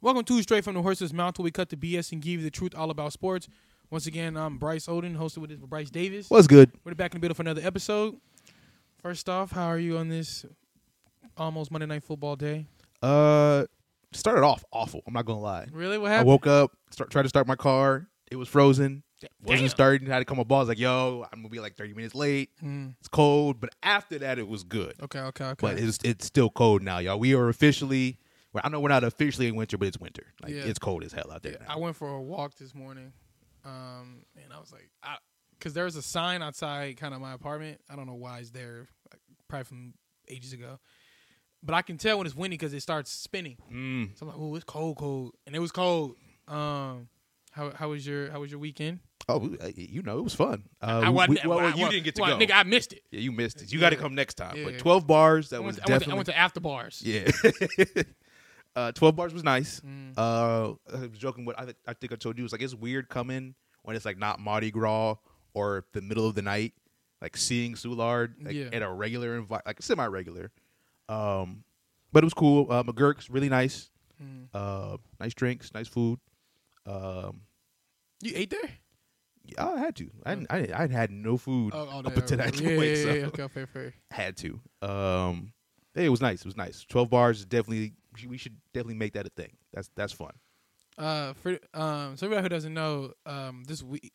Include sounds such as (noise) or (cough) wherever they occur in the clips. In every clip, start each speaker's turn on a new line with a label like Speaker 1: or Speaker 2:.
Speaker 1: Welcome to Straight from the Horse's Mouth, where we cut the BS and give you the truth all about sports. Once again, I'm Bryce Odin, hosted with with Bryce Davis.
Speaker 2: What's good?
Speaker 1: We're back in the middle for another episode. First off, how are you on this almost Monday Night Football day?
Speaker 2: Uh, started off awful. I'm not gonna lie.
Speaker 1: Really? What
Speaker 2: I
Speaker 1: happened?
Speaker 2: woke up, start, tried to start my car. It was frozen. Wasn't
Speaker 1: Damn.
Speaker 2: starting. Had to call my boss like, "Yo, I'm gonna be like 30 minutes late.
Speaker 1: Mm.
Speaker 2: It's cold." But after that, it was good.
Speaker 1: Okay, okay, okay.
Speaker 2: But it's it's still cold now, y'all. We are officially. Well, I know we're not officially in winter, but it's winter. Like
Speaker 1: Yeah.
Speaker 2: it's cold as hell out there.
Speaker 1: I
Speaker 2: now.
Speaker 1: went for a walk this morning, um, and I was like, I, because there was a sign outside kind of my apartment. I don't know why it's there, like, probably from ages ago, but I can tell when it's windy because it starts spinning.
Speaker 2: Mm.
Speaker 1: So I'm like, oh, it's cold, cold, and it was cold. Um, how how was your how was your weekend?
Speaker 2: Oh, we- uh, you know, it was fun. Uh,
Speaker 1: I
Speaker 2: we-
Speaker 1: wasn't-
Speaker 2: we- well,
Speaker 1: I-
Speaker 2: you
Speaker 1: I-
Speaker 2: didn't get to
Speaker 1: well,
Speaker 2: go.
Speaker 1: Nigga, I missed it.
Speaker 2: yeah, you missed it. You
Speaker 1: Yeah.
Speaker 2: got to come next time.
Speaker 1: Yeah,
Speaker 2: But
Speaker 1: yeah.
Speaker 2: 12 bars. That
Speaker 1: I went,
Speaker 2: was
Speaker 1: to, I, went
Speaker 2: definitely.
Speaker 1: to, I went to after bars.
Speaker 2: (laughs) Yeah. uh, Twelve bars was
Speaker 1: Mm.
Speaker 2: nice.
Speaker 1: Mm-hmm.
Speaker 2: Uh, I was joking. What I, th- I think I told you it was like it's weird coming when it's like not Mardi Gras or the middle of the night, like seeing Soulard like,
Speaker 1: Yeah.
Speaker 2: at a regular envi- like semi regular. Um, but it was cool. Uh, McGurk's really nice.
Speaker 1: Mm.
Speaker 2: Uh, nice drinks, nice food. Um,
Speaker 1: You ate there?
Speaker 2: yeah, I had to. I I, I had no food
Speaker 1: Oh, all
Speaker 2: up
Speaker 1: day,
Speaker 2: until that
Speaker 1: yeah,
Speaker 2: (laughs) point.
Speaker 1: yeah,
Speaker 2: so
Speaker 1: yeah, okay, fair, fair.
Speaker 2: had to. Um, hey, it was nice. It was nice. Twelve bars is definitely. We should definitely make that a thing. That's that's fun.
Speaker 1: Uh, for um, so everybody who doesn't know, um, this week,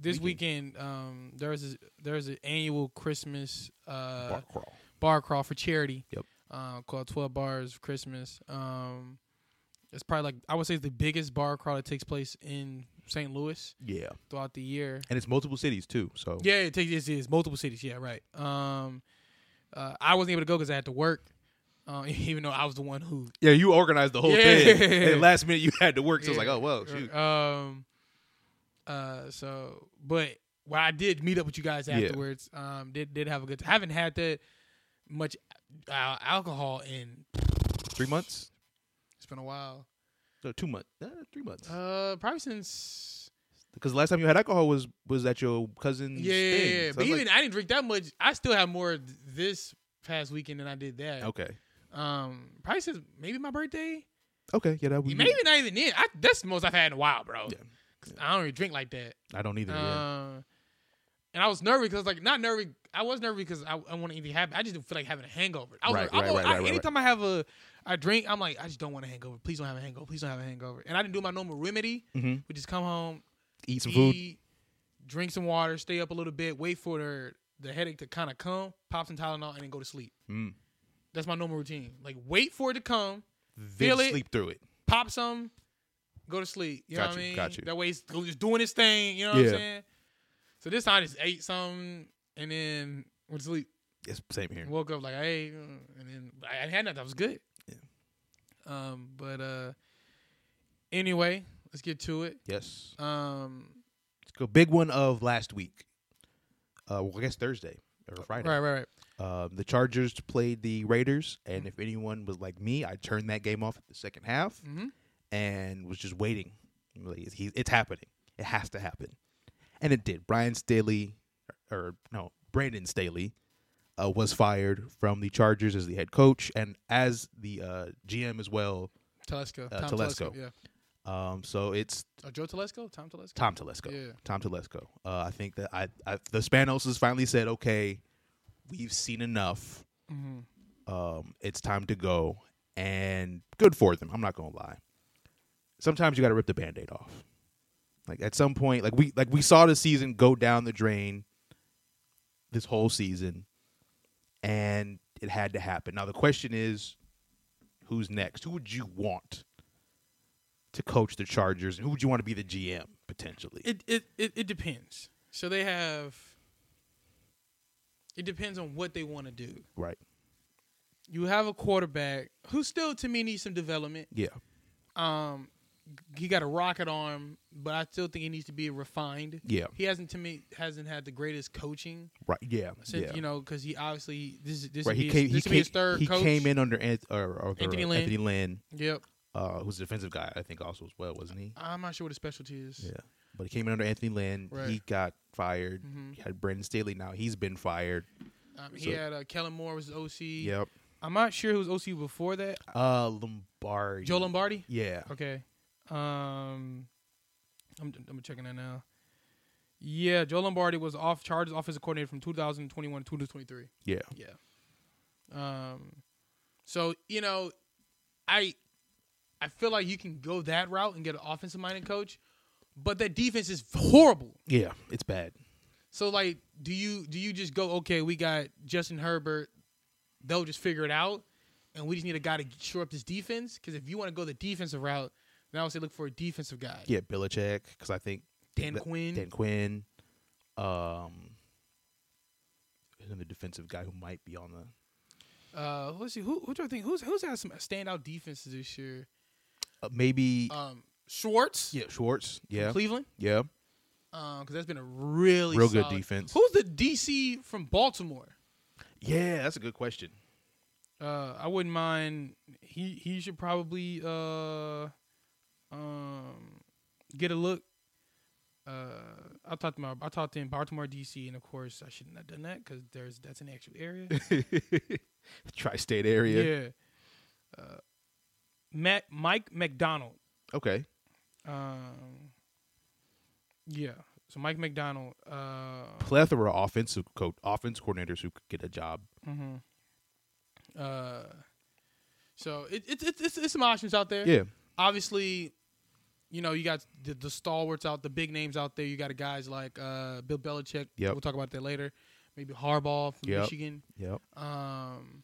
Speaker 1: this weekend,
Speaker 2: Weekend.
Speaker 1: um, there's a, there's an annual Christmas uh
Speaker 2: Bar crawl.
Speaker 1: bar crawl for charity.
Speaker 2: Yep.
Speaker 1: Uh, called Twelve Bars for Christmas. Um, it's probably like I would say it's the biggest bar crawl that takes place in St. Louis
Speaker 2: Yeah,
Speaker 1: throughout the year.
Speaker 2: and it's multiple cities too. So
Speaker 1: Yeah, it takes it's, it's multiple cities. Yeah, right. Um, uh, I wasn't able to go because I had to work. Uh, (laughs) even though I was the one who
Speaker 2: yeah, you organized the whole
Speaker 1: Yeah.
Speaker 2: thing.
Speaker 1: (laughs)
Speaker 2: And then last minute you had to work, so it's like,
Speaker 1: Yeah.
Speaker 2: oh well,
Speaker 1: Or,
Speaker 2: shoot.
Speaker 1: Um. Uh. So, but well, I did meet up with you guys
Speaker 2: Yeah.
Speaker 1: afterwards. Um. Did did have a good. Haven't had that much uh, alcohol in.
Speaker 2: Three months?
Speaker 1: It's been a while.
Speaker 2: No, two months. Uh, three months.
Speaker 1: Uh. Probably since.
Speaker 2: Because last time you had alcohol was was at your cousin's.
Speaker 1: Yeah. yeah,
Speaker 2: thing.
Speaker 1: yeah.
Speaker 2: So
Speaker 1: But
Speaker 2: I was
Speaker 1: even I didn't drink that much. I still have more th- this past weekend than I did that.
Speaker 2: like, okay,
Speaker 1: Um. Probably since maybe my birthday.
Speaker 2: okay, yeah, that would
Speaker 1: Maybe not even then. I, that's the most I've had in a while, bro.
Speaker 2: Yeah.
Speaker 1: 'Cause I don't even drink like that.
Speaker 2: I don't either. yeah.
Speaker 1: Uh, and I was nervous because, like, not nervous. I was nervous because I, I want anything to happen. I just didn't feel like having a hangover. I was,
Speaker 2: Right,
Speaker 1: I'm
Speaker 2: right,
Speaker 1: al-
Speaker 2: right,
Speaker 1: I-
Speaker 2: right, right.
Speaker 1: anytime I have a, I drink, I'm like, I just don't want a hangover. Please don't have a hangover. Please don't have a hangover. And I didn't do my normal remedy,
Speaker 2: Mhm.
Speaker 1: which is come home,
Speaker 2: Eat some food.
Speaker 1: eat, drink some water, stay up a little bit, wait for the the headache to kind of come, pop some Tylenol, and then go to sleep.
Speaker 2: Mm.
Speaker 1: That's my normal routine. Like, wait for it to come,
Speaker 2: Then
Speaker 1: Feel it.
Speaker 2: sleep through it.
Speaker 1: pop some, go to sleep. You know
Speaker 2: Got
Speaker 1: what I
Speaker 2: you,
Speaker 1: mean?
Speaker 2: got you.
Speaker 1: That way he's just doing his thing, you know what
Speaker 2: Yeah.
Speaker 1: I'm saying? So this time I just ate something and then went to sleep.
Speaker 2: It's same here.
Speaker 1: Woke up like I ate uh, and then I I had nothing. That was good.
Speaker 2: Yeah.
Speaker 1: Um, but uh anyway, let's get to it.
Speaker 2: Yes.
Speaker 1: Um
Speaker 2: Let's go. Big one of last week. Uh, well, I guess Thursday or Friday.
Speaker 1: right, right, right.
Speaker 2: Um, the Chargers played the Raiders, and if anyone was like me, I turned that game off at the second half
Speaker 1: Mhm.
Speaker 2: and was just waiting. Like, it's- he- it's happening. It has to happen, and it did. Brian Staley, or, or no, Brandon Staley, uh, was fired from the Chargers as the head coach and as the uh, GM as well.
Speaker 1: Telesco.
Speaker 2: Uh,
Speaker 1: Tom
Speaker 2: Telesco.
Speaker 1: Yeah.
Speaker 2: Um, so it's
Speaker 1: Oh, Joe Telesco? Tom Telesco?
Speaker 2: Tom Telesco.
Speaker 1: Yeah.
Speaker 2: Tom Telesco. Uh, I think that I, I the Spanos has finally said, okay, we've seen enough.
Speaker 1: Mhm.
Speaker 2: um, it's time to go and good for them i'm not gonna lie sometimes you gotta rip the band-aid off like at some point like we like we saw the season go down the drain this whole season and it had to happen now the question is who's next who would you want to coach the chargers and who would you want to be the gm potentially
Speaker 1: It, it it it depends. So they have it depends on what they want to do.
Speaker 2: right
Speaker 1: You have a quarterback who still, to me, needs some development.
Speaker 2: yeah
Speaker 1: Um, he got a rocket arm, but I still think he needs to be refined.
Speaker 2: yeah
Speaker 1: He hasn't, to me, hasn't had the greatest coaching
Speaker 2: right yeah
Speaker 1: since
Speaker 2: yeah
Speaker 1: you know because he obviously this is this would
Speaker 2: right he
Speaker 1: be
Speaker 2: came
Speaker 1: his, this would
Speaker 2: he
Speaker 1: be
Speaker 2: came,
Speaker 1: his third
Speaker 2: he
Speaker 1: coach.
Speaker 2: came in under Anth- or, or, or
Speaker 1: Anthony Lynn.
Speaker 2: anthony lynn
Speaker 1: Yep,
Speaker 2: uh, who's a defensive guy, I think, also as well, wasn't he?
Speaker 1: I'm not sure what his specialty is.
Speaker 2: Yeah. But he came in under Anthony Lynn.
Speaker 1: Right.
Speaker 2: He got fired.
Speaker 1: Mhm.
Speaker 2: Had Brendan Staley. Now he's been fired.
Speaker 1: Um, he
Speaker 2: So-
Speaker 1: had uh, Kellen Moore was his OC.
Speaker 2: Yep.
Speaker 1: I'm not sure who was OCU before that.
Speaker 2: Uh, Lombardi.
Speaker 1: Joe Lombardi.
Speaker 2: Yeah.
Speaker 1: Okay. Um, I'm I'm checking that now. Yeah, Joe Lombardi was off charges offensive coordinator from 2021 to 2023.
Speaker 2: Yeah.
Speaker 1: Yeah. Um, so you know, I I feel like you can go that route and get an offensive minded coach, but that defense is horrible.
Speaker 2: Yeah. It's bad.
Speaker 1: So like, do you do you just go okay? We got Justin Herbert. They'll just figure it out, and we just need a guy to shore up this defense. Because if you want to go the defensive route, then I would say look for a defensive guy.
Speaker 2: Yeah, Billichick, because I think
Speaker 1: Dan
Speaker 2: that-
Speaker 1: Quinn.
Speaker 2: Dan Quinn, um, another defensive guy who might be on the
Speaker 1: Uh, let's see who who do I think who's who's had some standout defenses this year?
Speaker 2: uh, maybe
Speaker 1: Um, Schwartz.
Speaker 2: yeah Schwartz. Yeah,
Speaker 1: Cleveland.
Speaker 2: yeah,
Speaker 1: Um, because that's been a really
Speaker 2: Real good
Speaker 1: solid-
Speaker 2: defense.
Speaker 1: Who's the DC from Baltimore?
Speaker 2: yeah. That's a good question. (laughs)
Speaker 1: Uh, I wouldn't mind. He he should probably uh, um, get a look. Uh, I talked to my, I talked to in Baltimore, DC, and of course I shouldn't have done that because there's that's an actual area.
Speaker 2: Tri-state area.
Speaker 1: Yeah. Uh, Mac, Mike McDonald.
Speaker 2: Okay.
Speaker 1: Um, yeah. So Mike McDonald. Uh,
Speaker 2: Plethora of offensive co- offense coordinators who could get a job.
Speaker 1: Mm-hmm. Uh, so it, it, it, it's it's some options out there.
Speaker 2: Yeah.
Speaker 1: Obviously, you know you got the, the stalwarts out, the big names out there. You got guys like uh, Bill Belichick.
Speaker 2: Yep.
Speaker 1: We'll talk about that later. Maybe Harbaugh from
Speaker 2: Yep.
Speaker 1: Michigan.
Speaker 2: Yep.
Speaker 1: Um,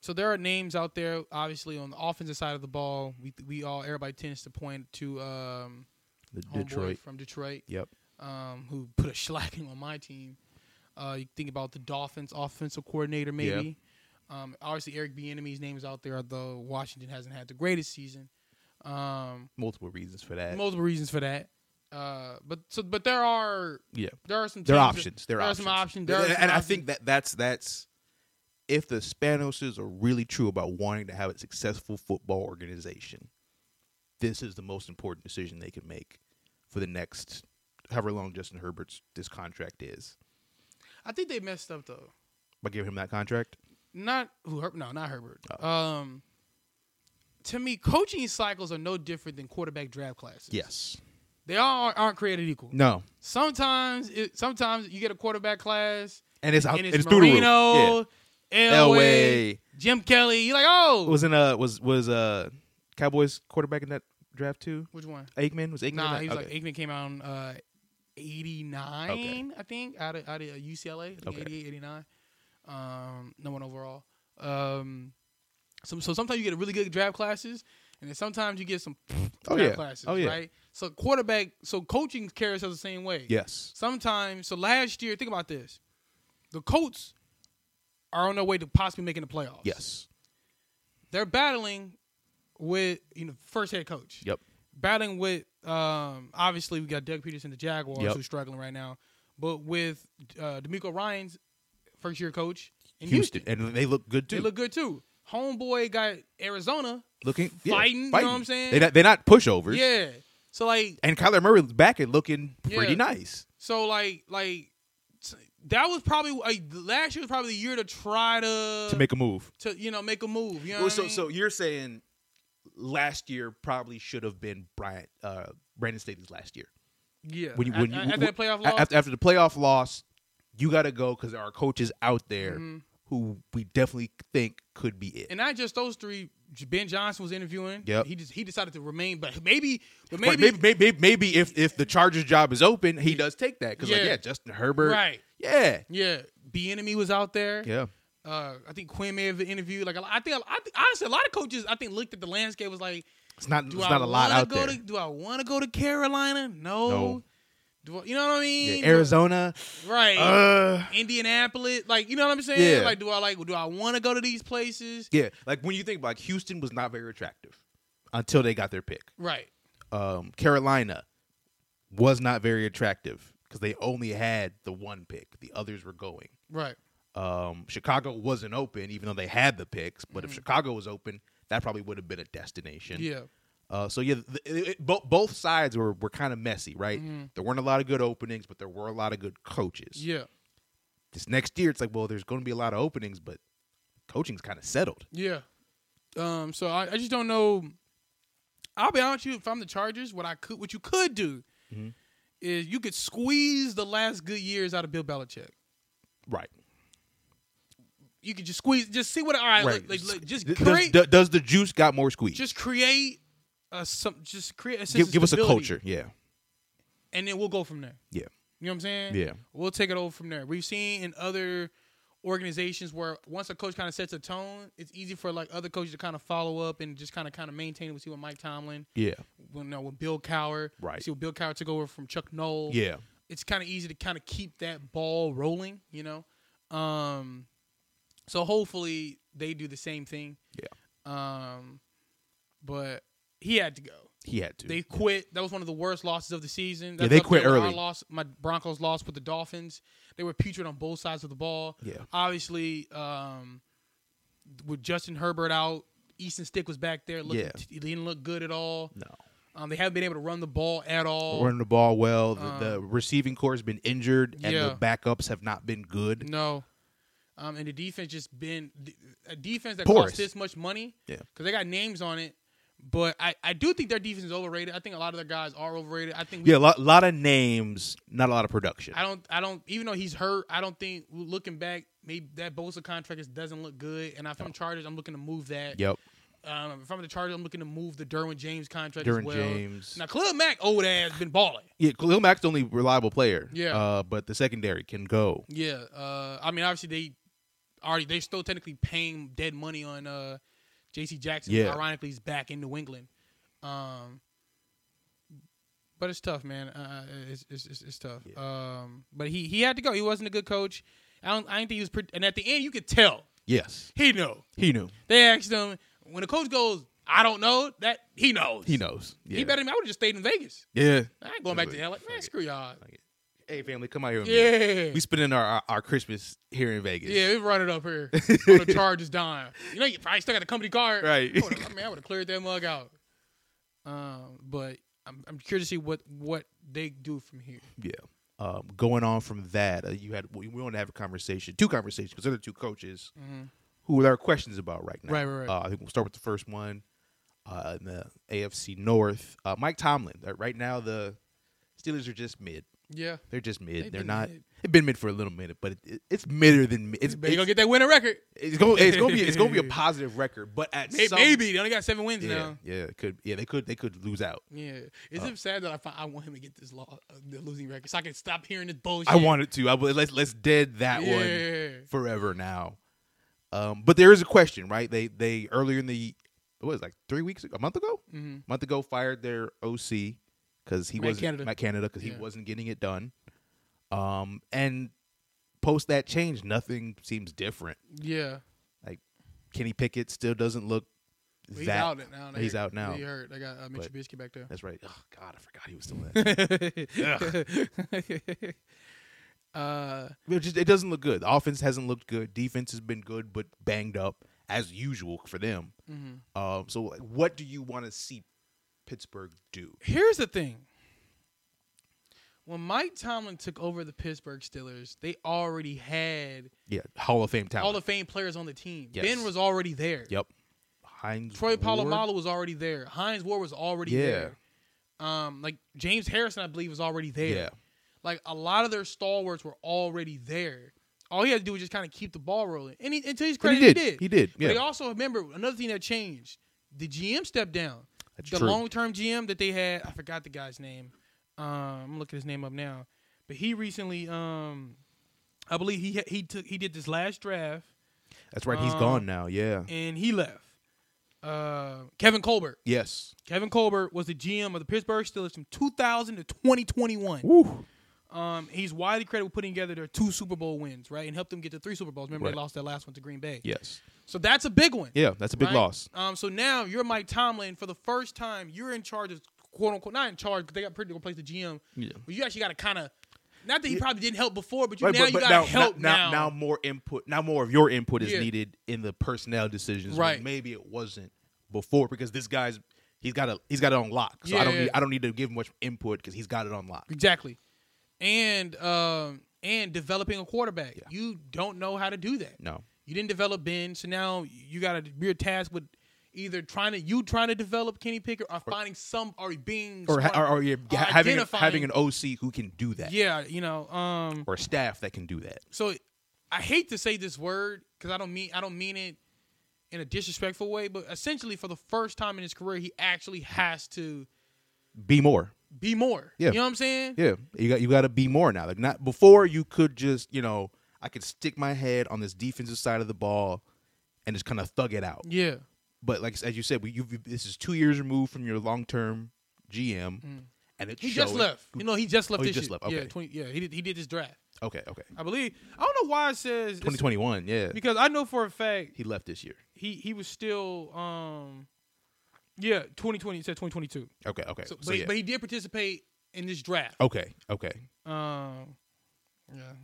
Speaker 1: so there are names out there. Obviously, on the offensive side of the ball, we we all everybody tends to point to um,
Speaker 2: The
Speaker 1: homeboy
Speaker 2: Detroit.
Speaker 1: from Detroit
Speaker 2: Yep.
Speaker 1: um, who (laughs) put a shellacking on my team. Uh, you think about the Dolphins' offensive coordinator,
Speaker 2: Yeah.
Speaker 1: maybe. Um, obviously, Eric Bieniemy's name is out there, although Washington hasn't had the greatest season. Um,
Speaker 2: Multiple reasons for that.
Speaker 1: multiple reasons for that. Uh, but so, but there are
Speaker 2: yeah.
Speaker 1: there are some
Speaker 2: There are
Speaker 1: teams that-
Speaker 2: options. There are
Speaker 1: there are
Speaker 2: options.
Speaker 1: some options. There are
Speaker 2: and
Speaker 1: some
Speaker 2: and I
Speaker 1: options.
Speaker 2: think that that's that's if the Spanoses are really true about wanting to have a successful football organization, this is the most important decision they can make for the next however long Justin Herbert's this contract is.
Speaker 1: I think they messed up though.
Speaker 2: By giving him that contract,
Speaker 1: Not who? Her, no, not Herbert.
Speaker 2: Oh.
Speaker 1: Um, to me, coaching cycles are no different than quarterback draft classes.
Speaker 2: yes,
Speaker 1: they all aren't- aren't created equal.
Speaker 2: no,
Speaker 1: Sometimes, it, sometimes you get a quarterback class,
Speaker 2: and it's out,
Speaker 1: and it's,
Speaker 2: through the roof.
Speaker 1: Marino,
Speaker 2: Yeah.
Speaker 1: Elway,
Speaker 2: Elway
Speaker 1: Jim Kelly. You're like, oh,
Speaker 2: was in a was was uh Cowboys quarterback in that draft too.
Speaker 1: which one?
Speaker 2: Aikman was Aikman. in
Speaker 1: Nah,
Speaker 2: that?
Speaker 1: he was
Speaker 2: Okay.
Speaker 1: like Aikman came out in uh, '89,
Speaker 2: Okay.
Speaker 1: I think, out of out of uh, UCLA, I think
Speaker 2: Okay.
Speaker 1: '88, '89. Um, no one overall. Um, so, so sometimes you get really good draft classes, and then sometimes you get some
Speaker 2: (laughs) Oh,
Speaker 1: draft
Speaker 2: yeah.
Speaker 1: classes,
Speaker 2: Oh, yeah.
Speaker 1: right? So quarterback, so coaching carries us the same way.
Speaker 2: yes,
Speaker 1: sometimes. So last year, think about this: the Colts are on their way to possibly making the playoffs.
Speaker 2: yes,
Speaker 1: they're battling with you know first head coach.
Speaker 2: Yep.
Speaker 1: battling with um obviously we got Doug Peterson the Jaguars
Speaker 2: Yep.
Speaker 1: who's struggling right now, but with uh, D'Amico Ryan's first year coach in
Speaker 2: Houston.
Speaker 1: Houston,
Speaker 2: and they look good too.
Speaker 1: they look good too. Homeboy got Arizona.
Speaker 2: looking yeah,
Speaker 1: fighting, you know what I'm saying?
Speaker 2: They not, they're not pushovers.
Speaker 1: Yeah. So like
Speaker 2: And Kyler Murray's back and looking pretty
Speaker 1: Yeah.
Speaker 2: nice.
Speaker 1: So like like s- that was probably like last year was probably the year to try to
Speaker 2: to make a move.
Speaker 1: to you know make a move. You know
Speaker 2: Well,
Speaker 1: what I
Speaker 2: so
Speaker 1: mean?
Speaker 2: so you're saying last year probably should have been Bryant uh Brandon Staley's last year.
Speaker 1: yeah.
Speaker 2: When you- when you-
Speaker 1: after, after that playoff loss,
Speaker 2: After after the playoff loss, you got to go cuz there are coaches out there
Speaker 1: Mhm.
Speaker 2: who we definitely think could be it.
Speaker 1: and not just those three. J- Ben Johnson was interviewing.
Speaker 2: Yep.
Speaker 1: He just he decided to remain, but maybe but
Speaker 2: Right,
Speaker 1: maybe,
Speaker 2: maybe, maybe, maybe, if, if the Chargers job is open, he does take that because like
Speaker 1: Yeah.
Speaker 2: yeah, Justin Herbert,
Speaker 1: right.
Speaker 2: yeah,
Speaker 1: Yeah. B enemy was out there.
Speaker 2: yeah,
Speaker 1: Uh, I think Quinn may have interviewed. Like I think I think honestly a lot of coaches I think looked at the landscape was like,
Speaker 2: it's not
Speaker 1: do
Speaker 2: it's
Speaker 1: I
Speaker 2: not a lot
Speaker 1: wanna
Speaker 2: out
Speaker 1: go
Speaker 2: there.
Speaker 1: to do I want to go to Carolina? No.
Speaker 2: No.
Speaker 1: Do I, you know what I mean?
Speaker 2: Yeah, Arizona,
Speaker 1: Right.
Speaker 2: uh,
Speaker 1: Indianapolis, like you know what I'm saying?
Speaker 2: Yeah.
Speaker 1: Like, do I like do I want to go to these places?
Speaker 2: Yeah, like when you think about Houston was not very attractive until they got their pick.
Speaker 1: Right,
Speaker 2: Um, Carolina was not very attractive because they only had the one pick. The others were going.
Speaker 1: right,
Speaker 2: Um, Chicago wasn't open, even though they had the picks. But if
Speaker 1: Mhm.
Speaker 2: Chicago was open, that probably would have been a destination.
Speaker 1: yeah,
Speaker 2: Uh, so yeah, the, it, it, bo- both sides were, were kind of messy, right?
Speaker 1: Mhm.
Speaker 2: There weren't a lot of good openings, but there were a lot of good coaches.
Speaker 1: yeah,
Speaker 2: This next year, it's like, well, there's going to be a lot of openings, but coaching's kind of settled.
Speaker 1: Yeah. Um. So I, I just don't know. I'll be honest with you. If I'm the Chargers, what I could, what you could do,
Speaker 2: Mhm.
Speaker 1: is you could squeeze the last good years out of Bill Belichick.
Speaker 2: Right.
Speaker 1: You could just squeeze. Just see what. All right.
Speaker 2: Right.
Speaker 1: Like, like, like, just
Speaker 2: Th- Does,
Speaker 1: create.
Speaker 2: do- does the juice got more squeeze?
Speaker 1: just create. A, some just create a sense
Speaker 2: give,
Speaker 1: of
Speaker 2: give us a
Speaker 1: stability,
Speaker 2: culture. Yeah.
Speaker 1: and then we'll go from there.
Speaker 2: Yeah.
Speaker 1: you know what I'm saying.
Speaker 2: Yeah.
Speaker 1: we'll take it over from there. We've seen in other organizations where once a coach kind of sets a tone, it's easy for like other coaches to kind of follow up and just kind of kind of maintain. it. We see with Mike Tomlin,
Speaker 2: Yeah.
Speaker 1: when no, with Bill Cowher,
Speaker 2: Right.
Speaker 1: See when Bill Cowher took over from Chuck Knoll.
Speaker 2: Yeah.
Speaker 1: it's kind of easy to kind of keep that ball rolling, you know. Um, so hopefully they do the same thing.
Speaker 2: Yeah.
Speaker 1: Um, but he had to go.
Speaker 2: He had to.
Speaker 1: They quit. That was one of the worst losses of the season. That's
Speaker 2: they
Speaker 1: up there
Speaker 2: quit
Speaker 1: with
Speaker 2: early.
Speaker 1: Our loss, my Broncos lost with the Dolphins. They were putrid on both sides of the ball.
Speaker 2: Yeah.
Speaker 1: Obviously, um, with Justin Herbert out, Easton Stick was back there. Looking,
Speaker 2: Yeah.
Speaker 1: He didn't look good at all.
Speaker 2: no.
Speaker 1: Um, they haven't been able to run the ball at all.
Speaker 2: Running the ball well. The,
Speaker 1: Um,
Speaker 2: the receiving core has been injured, and
Speaker 1: Yeah.
Speaker 2: the backups have not been good.
Speaker 1: No. Um, and the defense just been a defense that
Speaker 2: Porous.
Speaker 1: costs this much money.
Speaker 2: Yeah.
Speaker 1: Because they got names on it. But I, I do think their defense is overrated. I think a lot of their guys are overrated. I think we
Speaker 2: Yeah, a lot, lot of names, not a lot of production.
Speaker 1: I don't. I don't. Even though he's hurt, I don't think looking back, maybe that Bosa contract just doesn't look good. And if I'm Chargers, I'm looking to move that.
Speaker 2: Yep.
Speaker 1: Um, if I'm the Chargers, I'm looking to move the Derwin James contract
Speaker 2: During
Speaker 1: as well.
Speaker 2: James.
Speaker 1: Now, Club Mac, old ass, been balling.
Speaker 2: Yeah, Khalil Mack's the only reliable player.
Speaker 1: Yeah.
Speaker 2: Uh, but the secondary can go.
Speaker 1: Yeah. Uh, I mean, obviously they already they're still technically paying dead money on uh, J.C. Jackson. who
Speaker 2: Yeah.
Speaker 1: Ironically, he's back in New England. Um, but it's tough, man. Uh, it's, it's, it's, it's tough.
Speaker 2: Yeah.
Speaker 1: Um, but he he had to go. He wasn't a good coach. I don't. I didn't think he was. Pretty, and at the end, you could tell
Speaker 2: Yes.
Speaker 1: he knew.
Speaker 2: He knew.
Speaker 1: They asked him when the coach goes, "I don't know." That he knows.
Speaker 2: He knows. Yeah.
Speaker 1: He better. than me. I would have just stayed in Vegas.
Speaker 2: Yeah.
Speaker 1: I ain't going back to
Speaker 2: Like,
Speaker 1: hell. Like, man, screw y'all.
Speaker 2: Hey, family, come out here with me.
Speaker 1: Yeah.
Speaker 2: We spending our, our, our Christmas here in Vegas.
Speaker 1: Yeah, we run it up
Speaker 2: (laughs)
Speaker 1: here. on the charge is dying. You know, you probably still got the company card.
Speaker 2: Right.
Speaker 1: I would've- I mean, I would have cleared that mug out. Um, but I'm, I'm curious to see what what they do from here.
Speaker 2: Yeah. Um, going on from that, uh, you had we, we want to have a conversation, two conversations, because they're the two coaches who there are questions about right now.
Speaker 1: Mm-hmm. Right, right, right.
Speaker 2: Uh, I think we'll start with the first one uh, in the AFC North. Uh, Mike Tomlin. Uh, right now, the Steelers are just mid.
Speaker 1: Yeah.
Speaker 2: They're just mid.
Speaker 1: They've
Speaker 2: They're
Speaker 1: been
Speaker 2: not.
Speaker 1: mid.
Speaker 2: They've been mid for a little minute, but it, it- it's midder than mid. It's,
Speaker 1: But you gonna
Speaker 2: it's,
Speaker 1: get that winning record.
Speaker 2: it's gonna it's gonna be it's
Speaker 1: (laughs)
Speaker 2: gonna be a positive record, but at
Speaker 1: May-
Speaker 2: some,
Speaker 1: Maybe they only got seven wins
Speaker 2: yeah, Oh.
Speaker 1: now.
Speaker 2: yeah, it could yeah they could they could lose out.
Speaker 1: Yeah. Is it sad that I find I want him to get this law uh, the losing record so I can stop hearing this bullshit?
Speaker 2: I wanted to. I would- let's let's dead that one.
Speaker 1: yeah.
Speaker 2: forever now. Um, but there is a question, right? They they earlier in the what was it, like three weeks ago, a month ago,
Speaker 1: hmm
Speaker 2: a month ago fired their OC because he
Speaker 1: Matt
Speaker 2: wasn't
Speaker 1: Canada.
Speaker 2: Matt Canada because
Speaker 1: Yeah.
Speaker 2: he wasn't getting it done. Um, and post that change, nothing seems different.
Speaker 1: Yeah.
Speaker 2: Kenny Pickett still doesn't look
Speaker 1: He's
Speaker 2: that.
Speaker 1: out now.
Speaker 2: he's out now.
Speaker 1: He hurt. They got uh, Mitch
Speaker 2: But-
Speaker 1: Trubisky back there.
Speaker 2: That's right. Oh God, I forgot he was still there.
Speaker 1: (laughs) uh,
Speaker 2: (laughs) it just it doesn't look good. The offense hasn't looked good. Defense has been good, but banged up as usual for them.
Speaker 1: mhm.
Speaker 2: Um, so like, what do you want to see Pittsburgh do?
Speaker 1: Here's the thing. When Mike Tomlin took over the Pittsburgh Steelers, they already had
Speaker 2: Yeah, Hall of Fame talent.
Speaker 1: all the fame players on the team.
Speaker 2: Yes.
Speaker 1: Ben was already there.
Speaker 2: Yep. Heinz.
Speaker 1: Troy
Speaker 2: Ward.
Speaker 1: Polamalu was already there. Heinz Ward was already
Speaker 2: Yeah.
Speaker 1: there. Um, like James Harrison, I believe, was already there.
Speaker 2: Yeah.
Speaker 1: Like a lot of their stalwarts were already there. All he had to do was just kind of keep the ball rolling. And he, until his
Speaker 2: But
Speaker 1: credit,
Speaker 2: he did.
Speaker 1: he did.
Speaker 2: He did.
Speaker 1: But they
Speaker 2: Yeah.
Speaker 1: also remember another thing that changed. The GM stepped down.
Speaker 2: That's
Speaker 1: the
Speaker 2: true.
Speaker 1: long term GM that they had, I forgot the guy's name. Um, I'm looking his name up now, but he recently, um, I believe he he took he did this last draft
Speaker 2: That's right. He's
Speaker 1: uh,
Speaker 2: gone now. Yeah.
Speaker 1: and he left. Uh, Kevin Colbert.
Speaker 2: Yes.
Speaker 1: Kevin Colbert was the GM of the Pittsburgh Steelers from 2000 to 2021.
Speaker 2: Woo.
Speaker 1: Um, he's widely credited with putting together their two Super Bowl wins, right, and helped them get to three Super Bowls. Remember
Speaker 2: Right.
Speaker 1: they lost that last one to Green Bay.
Speaker 2: Yes.
Speaker 1: So that's a big one.
Speaker 2: Yeah. That's a big
Speaker 1: right?
Speaker 2: loss.
Speaker 1: Um, so now you're Mike Tomlin for the first time. You're in charge of quote unquote not in charge. 'cause They got pretty to replace the GM,
Speaker 2: Yeah.
Speaker 1: but you actually got to kind of not that he probably didn't help before, but you
Speaker 2: Right,
Speaker 1: now
Speaker 2: but,
Speaker 1: you
Speaker 2: but
Speaker 1: got
Speaker 2: now,
Speaker 1: help
Speaker 2: now, now more input, now more of your input is
Speaker 1: Yeah.
Speaker 2: needed in the personnel decisions. when
Speaker 1: Right.
Speaker 2: Maybe it wasn't before because this guy's he's got a he's got it on lock. So I don't
Speaker 1: Yeah.
Speaker 2: need I don't need to give much input because he's got it on lock.
Speaker 1: exactly, and um, and developing a quarterback.
Speaker 2: Yeah.
Speaker 1: You don't know how to do that.
Speaker 2: No.
Speaker 1: You didn't develop Ben, so now you got to you're tasked with either trying to you trying to develop Kenny Pickett or, finding some or being
Speaker 2: or ha-
Speaker 1: smart- Uh,
Speaker 2: or, or you're ha- having a-
Speaker 1: identifying-
Speaker 2: having an OC who can do that,
Speaker 1: yeah, you know. Um,
Speaker 2: or staff that can do that.
Speaker 1: so I hate to say this word because I don't mean I don't mean it in a disrespectful way, but essentially for the first time in his career, he actually has to
Speaker 2: Be more.
Speaker 1: be more.
Speaker 2: Yeah.
Speaker 1: You know what I'm saying?
Speaker 2: Yeah, you got you got to be more now. Like not before you could just you know I could stick my head on this defensive side of the ball and just kind of thug it out.
Speaker 1: Yeah.
Speaker 2: But like as you said, we, you this is two years removed from your long term GM, and it's
Speaker 1: Mm. He just
Speaker 2: showing-
Speaker 1: left. You know, he just left
Speaker 2: Oh, he
Speaker 1: this
Speaker 2: just
Speaker 1: year.
Speaker 2: left. Okay.
Speaker 1: Yeah, 20, yeah, he did, he did this draft.
Speaker 2: Okay, okay,
Speaker 1: I believe. I don't know why it says
Speaker 2: twenty twenty one. Yeah,
Speaker 1: because I know for a fact
Speaker 2: he left this year.
Speaker 1: he he was still um yeah, 2020 it said 2022.
Speaker 2: Okay, okay.
Speaker 1: So,
Speaker 2: So,
Speaker 1: but, he-
Speaker 2: yeah.
Speaker 1: but he did participate in this draft.
Speaker 2: okay, okay.
Speaker 1: Um yeah.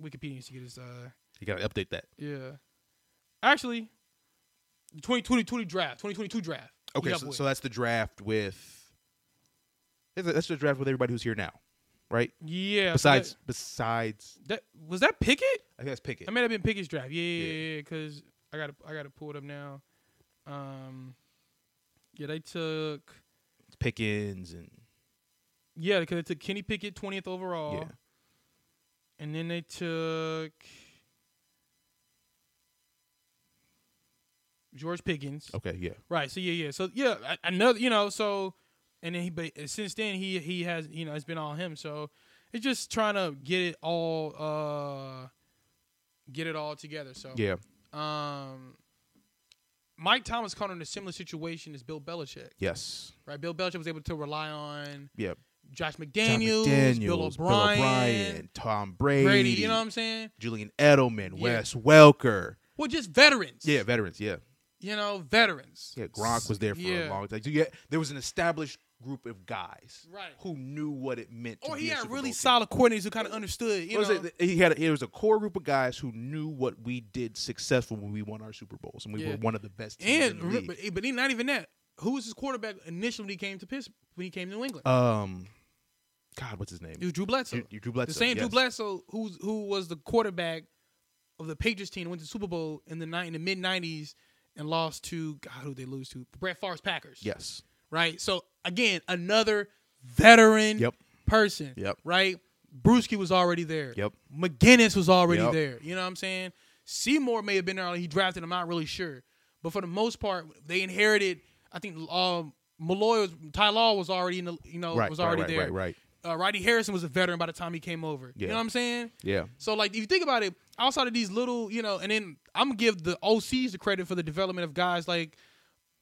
Speaker 1: Wikipedia needs to get his uh
Speaker 2: You got to update that.
Speaker 1: Yeah. Actually, the 2022 draft, 2022 draft. he
Speaker 2: Okay,
Speaker 1: up
Speaker 2: so,
Speaker 1: with.
Speaker 2: so that's the draft with. that's the- That's the draft with everybody who's here now, right?
Speaker 1: yeah. so
Speaker 2: besides, besides,
Speaker 1: that, that- was that Pickett?
Speaker 2: I think that's Pickett.
Speaker 1: I may have been Pickett's draft. Yeah, yeah,
Speaker 2: Yeah.
Speaker 1: yeah. Because I got to I got to pull it up now. Um, yeah, they took
Speaker 2: It's Pickens and
Speaker 1: yeah because they took Kenny Pickett 20th overall.
Speaker 2: Yeah.
Speaker 1: And then they took George Pickens.
Speaker 2: okay, yeah.
Speaker 1: Right. So yeah, yeah. So yeah, a- another you know. So and then he but since then he he has you know it's been all him. So it's just trying to get it all uh get it all together. So
Speaker 2: Yeah.
Speaker 1: Um, Mike Thomas caught in a similar situation as Bill Belichick.
Speaker 2: Yes.
Speaker 1: Right. Bill Belichick was able to rely on
Speaker 2: Yeah.
Speaker 1: Josh
Speaker 2: John
Speaker 1: McDaniels, Bill
Speaker 2: McDaniels,
Speaker 1: O'Brien,
Speaker 2: Tom Brady,
Speaker 1: Brady. You know what I'm saying?
Speaker 2: Julian Edelman,
Speaker 1: Yeah.
Speaker 2: Wes Welker.
Speaker 1: Well, just veterans.
Speaker 2: Yeah, veterans. Yeah.
Speaker 1: You know, veterans.
Speaker 2: Yeah. Gronk was there for
Speaker 1: Yeah.
Speaker 2: a long time. So yeah, there was an established group of guys
Speaker 1: Right.
Speaker 2: who knew what it meant. To
Speaker 1: Or Oh,
Speaker 2: be
Speaker 1: he
Speaker 2: a
Speaker 1: had
Speaker 2: Super
Speaker 1: really
Speaker 2: Bowl team.
Speaker 1: solid coordinators who kind of understood. You
Speaker 2: What was
Speaker 1: know,
Speaker 2: it? He had. A, it was a core group of guys who knew what we did successful when we won our Super Bowls, and we
Speaker 1: Yeah.
Speaker 2: were one of the best teams
Speaker 1: And
Speaker 2: in the
Speaker 1: remember,
Speaker 2: league.
Speaker 1: but he- not even that. Who was his quarterback initially when he came to Pittsburgh? When he came to New England,
Speaker 2: Um, God, what's his name?
Speaker 1: it was Drew Bledsoe.
Speaker 2: Drew- Drew Bledsoe.
Speaker 1: the same Drew
Speaker 2: yes.
Speaker 1: Bledsoe who's who was the quarterback of the Patriots team that went to the Super Bowl in the ni- in the mid '90s and lost to God. Who they lose to? Brett Favre's Packers.
Speaker 2: Yes.
Speaker 1: Right. So again, another veteran
Speaker 2: Yep.
Speaker 1: person.
Speaker 2: Yep.
Speaker 1: Right. Brewski was already there.
Speaker 2: Yep.
Speaker 1: McGinnis was already
Speaker 2: Yep.
Speaker 1: there. You know what I'm saying? Seymour may have been there. although He drafted. I'm not really sure. But for the most part, they inherited. I think um, Malloy was Ty Law was already in the. You know,
Speaker 2: Right.
Speaker 1: was
Speaker 2: right,
Speaker 1: already
Speaker 2: right,
Speaker 1: there.
Speaker 2: Right. Right.
Speaker 1: Uh, Roddy Harrison was a veteran by the time he came over. You
Speaker 2: Yeah.
Speaker 1: know what I'm saying?
Speaker 2: Yeah.
Speaker 1: So like, if you think about it, outside of these little, you know, and then I'm gonna give the OCs the credit for the development of guys like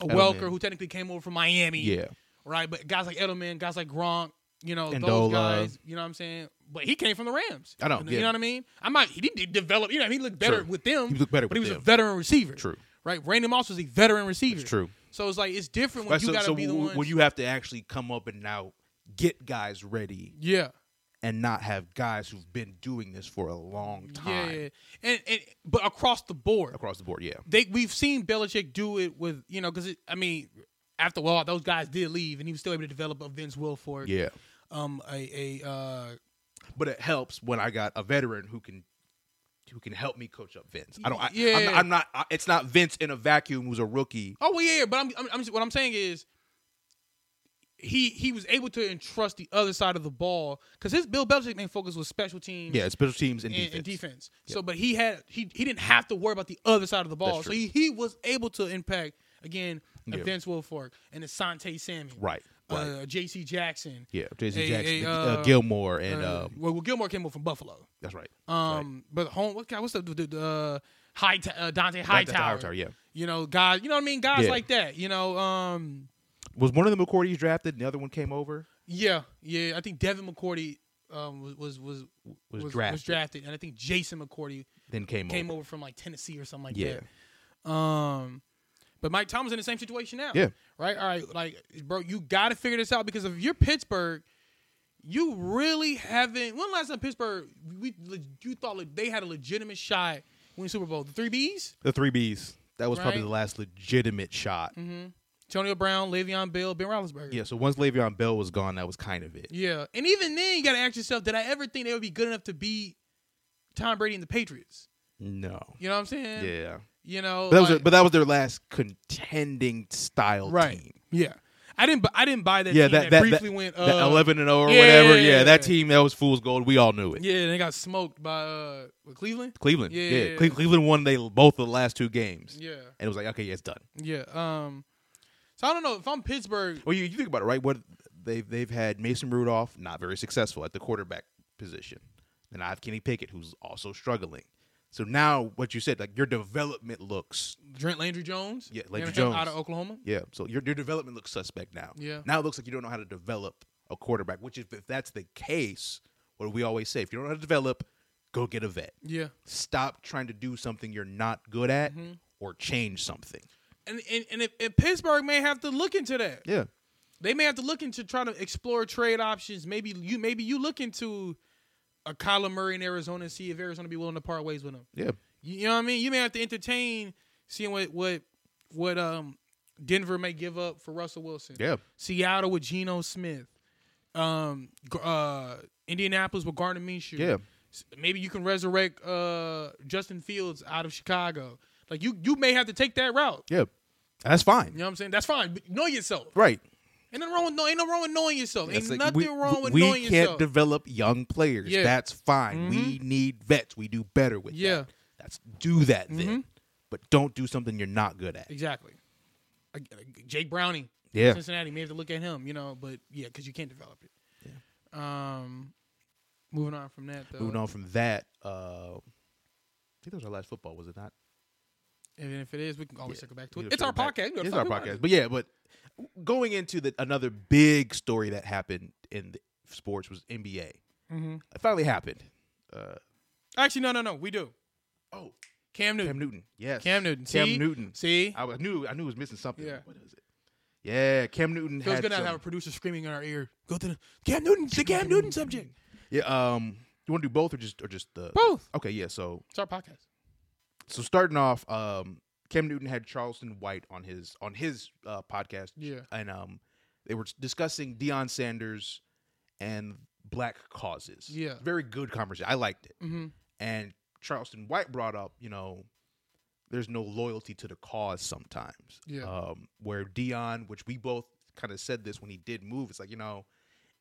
Speaker 1: a
Speaker 2: Edelman.
Speaker 1: Welker, who technically came over from Miami.
Speaker 2: Yeah.
Speaker 1: Right, but guys like Edelman, guys like Gronk, you know, those
Speaker 2: Amendola.
Speaker 1: guys, you know what I'm saying? But he came from the Rams.
Speaker 2: I know,
Speaker 1: You know,
Speaker 2: yeah.
Speaker 1: you know what I mean? I might he didn't develop, you know, he looked better
Speaker 2: Sure.
Speaker 1: with them.
Speaker 2: He looked better
Speaker 1: but he
Speaker 2: with
Speaker 1: was a
Speaker 2: them.
Speaker 1: veteran receiver.
Speaker 2: True.
Speaker 1: Right? Randy Moss was a veteran receiver.
Speaker 2: true.
Speaker 1: So it's like it's different when
Speaker 2: Right,
Speaker 1: you
Speaker 2: so
Speaker 1: gotta
Speaker 2: so
Speaker 1: be the
Speaker 2: w-
Speaker 1: one.
Speaker 2: when you have to actually come up and now get guys ready
Speaker 1: yeah.
Speaker 2: and not have guys who've been doing this for a long
Speaker 1: Yeah,
Speaker 2: time
Speaker 1: yeah. And and but across the board.
Speaker 2: across the board. Yeah.
Speaker 1: they we've seen Belichick do it with you know because I mean after a while those guys did leave and he was still able to develop a Vince Wilfork
Speaker 2: Yeah.
Speaker 1: um a a uh,
Speaker 2: But it helps when I got a veteran who can who can help me coach up Vince. I don't. I, I'm,
Speaker 1: Yeah.
Speaker 2: I'm not. I, it's not Vince in a vacuum who's a rookie.
Speaker 1: oh well, yeah yeah, but I'm, I'm, I'm what I'm saying is he he was able to entrust the other side of the ball because his Bill Belichick main focus was special teams
Speaker 2: Yeah, special teams and,
Speaker 1: and and
Speaker 2: defense.
Speaker 1: defense. So, but he had he he didn't have to worry about the other side of the ball.
Speaker 2: That's
Speaker 1: So
Speaker 2: true.
Speaker 1: he, he was able to impact again a
Speaker 2: Yeah.
Speaker 1: Vince Wilfork and Asante Samuel,
Speaker 2: Right. Right.
Speaker 1: Uh, J.C. Jackson,
Speaker 2: yeah, Jason
Speaker 1: a-
Speaker 2: Jackson,
Speaker 1: a,
Speaker 2: Nick- uh,
Speaker 1: uh,
Speaker 2: Gilmore, and
Speaker 1: uh,
Speaker 2: um,
Speaker 1: well, well, Gilmore came over from Buffalo.
Speaker 2: that's right.
Speaker 1: Um, but home, what guy? What's the the, the uh, high uh, Dante Hightower?
Speaker 2: Hightower, yeah.
Speaker 1: You know, guys. You know what I mean? Guys
Speaker 2: Yeah.
Speaker 1: like that. You know, um,
Speaker 2: Was one of the McCourties drafted? and The other one came over.
Speaker 1: yeah, yeah. I think Devin McCourty um was was was
Speaker 2: Was drafted.
Speaker 1: and I think Jason McCourty
Speaker 2: Then came,
Speaker 1: came
Speaker 2: over.
Speaker 1: over from like Tennessee or something like
Speaker 2: Yeah.
Speaker 1: that. Um, but Mike Thomas in the same situation now.
Speaker 2: Yeah.
Speaker 1: Right. All right. Like, bro, you got to figure this out because if you're Pittsburgh, you really haven't. When last time Pittsburgh, we you thought like, they had a legitimate shot to win the Super Bowl? The three Bs:
Speaker 2: The three Bs. That was
Speaker 1: Right.
Speaker 2: probably
Speaker 1: Mm-hmm.
Speaker 2: the last legitimate shot.
Speaker 1: Antonio Brown, Le'Veon Bell, Ben Roethlisberger.
Speaker 2: Yeah. So once Le'Veon Bell was gone, that was kind of it.
Speaker 1: Yeah. And even then, you got to ask yourself: Did I ever think they would be good enough to beat Tom Brady and the Patriots?
Speaker 2: No.
Speaker 1: You know what I'm saying?
Speaker 2: Yeah.
Speaker 1: You know,
Speaker 2: But that was
Speaker 1: like-
Speaker 2: but that was their last contending style
Speaker 1: Right.
Speaker 2: team.
Speaker 1: yeah. I didn't. bu- I didn't buy that.
Speaker 2: yeah,
Speaker 1: team
Speaker 2: that that,
Speaker 1: briefly
Speaker 2: that,
Speaker 1: went. Uh,
Speaker 2: that eleven and zero or
Speaker 1: yeah,
Speaker 2: whatever. Yeah,
Speaker 1: yeah, yeah.
Speaker 2: that team that was fool's gold. We all knew it.
Speaker 1: Yeah, they got smoked by uh, what, Cleveland.
Speaker 2: Cleveland.
Speaker 1: Yeah,
Speaker 2: Yeah,
Speaker 1: yeah,
Speaker 2: Cle-
Speaker 1: yeah.
Speaker 2: Cleveland won they both of the last two games,
Speaker 1: Yeah,
Speaker 2: and it was like okay, yeah, it's done.
Speaker 1: yeah. Um, so I don't know if I'm Pittsburgh.
Speaker 2: Well, you, you think about it, right? What they've they've had Mason Rudolph not very successful at the quarterback position, and I have Kenny Pickett who's also struggling. So now what you said, like your development looks,
Speaker 1: Drent Landry Jones.
Speaker 2: Yeah, Landry
Speaker 1: Everything
Speaker 2: Jones.
Speaker 1: out of Oklahoma.
Speaker 2: yeah. So your your development looks suspect now.
Speaker 1: Yeah.
Speaker 2: Now it looks like you don't know how to develop a quarterback. Which is if that's the case, what do we always say? If you don't know how to develop, go get a vet.
Speaker 1: Yeah,
Speaker 2: Stop trying to do something you're not good at,
Speaker 1: Mm-hmm.
Speaker 2: or change something.
Speaker 1: and and and, if, and Pittsburgh may have to look into that.
Speaker 2: Yeah.
Speaker 1: They may have to look into trying to explore trade options. Maybe you maybe you look into a Kyler Murray in Arizona and see if Arizona be willing to part ways with him.
Speaker 2: Yeah.
Speaker 1: You you know what I mean? You may have to entertain seeing what what what um Denver may give up for Russell Wilson.
Speaker 2: Yeah.
Speaker 1: Seattle with Geno Smith. Um G- uh Indianapolis with Gardner Minshew.
Speaker 2: Yeah.
Speaker 1: S- Maybe you can resurrect uh Justin Fields out of Chicago. Like you you may have to take that route.
Speaker 2: Yeah. That's fine.
Speaker 1: You know what I'm saying? That's fine. But know yourself.
Speaker 2: Right.
Speaker 1: Ain't nothing wrong with no ain't no wrong with knowing yourself. Ain't
Speaker 2: That's like,
Speaker 1: nothing wrong with
Speaker 2: we
Speaker 1: knowing
Speaker 2: can't
Speaker 1: yourself.
Speaker 2: develop young players.
Speaker 1: Yeah. Mm-hmm.
Speaker 2: That's fine. We need vets. We do better with
Speaker 1: Yeah. Mm-hmm.
Speaker 2: that. That's do that then. But don't do something you're not good at.
Speaker 1: exactly. Like, uh, Jake Browning.
Speaker 2: Yeah.
Speaker 1: Cincinnati. May have to look at him, you know. But yeah, because you can't develop it. Um, moving on from that though.
Speaker 2: Moving on from that, uh, I think that was our last football, was it not?
Speaker 1: And if it is, Oh, we can always circle back to it.
Speaker 2: We can
Speaker 1: It's our
Speaker 2: circle back.
Speaker 1: podcast.
Speaker 2: It's our podcast. But yeah, but going into the another big story that happened in the sports was NBA.
Speaker 1: Mm-hmm.
Speaker 2: It finally happened. Uh,
Speaker 1: Actually, no, no, no. We do.
Speaker 2: oh,
Speaker 1: Cam Newton.
Speaker 2: Cam Newton. Yes.
Speaker 1: Cam Newton.
Speaker 2: Cam
Speaker 1: See?
Speaker 2: Newton.
Speaker 1: See,
Speaker 2: I was- knew I knew it was missing something.
Speaker 1: Yeah.
Speaker 2: What is it? Yeah, Cam Newton
Speaker 1: feels
Speaker 2: had
Speaker 1: good not
Speaker 2: some,
Speaker 1: to have a producer screaming in our ear. Go to the Cam Newton. The Cam Newton subject.
Speaker 2: Yeah, um you want to do both or just or just the
Speaker 1: Both.
Speaker 2: Okay, yeah. So
Speaker 1: It's our podcast.
Speaker 2: so starting off, um Cam Newton had Charleston White on his on his uh, podcast
Speaker 1: Yeah.
Speaker 2: and um they were discussing Deion Sanders and black causes.
Speaker 1: Yeah.
Speaker 2: Very good conversation. I liked it.
Speaker 1: Mm-hmm.
Speaker 2: And Charleston White brought up, you know, there's no loyalty to the cause sometimes.
Speaker 1: Yeah.
Speaker 2: Um, where Dion, which we both kind of said this when he did move, it's like, you know,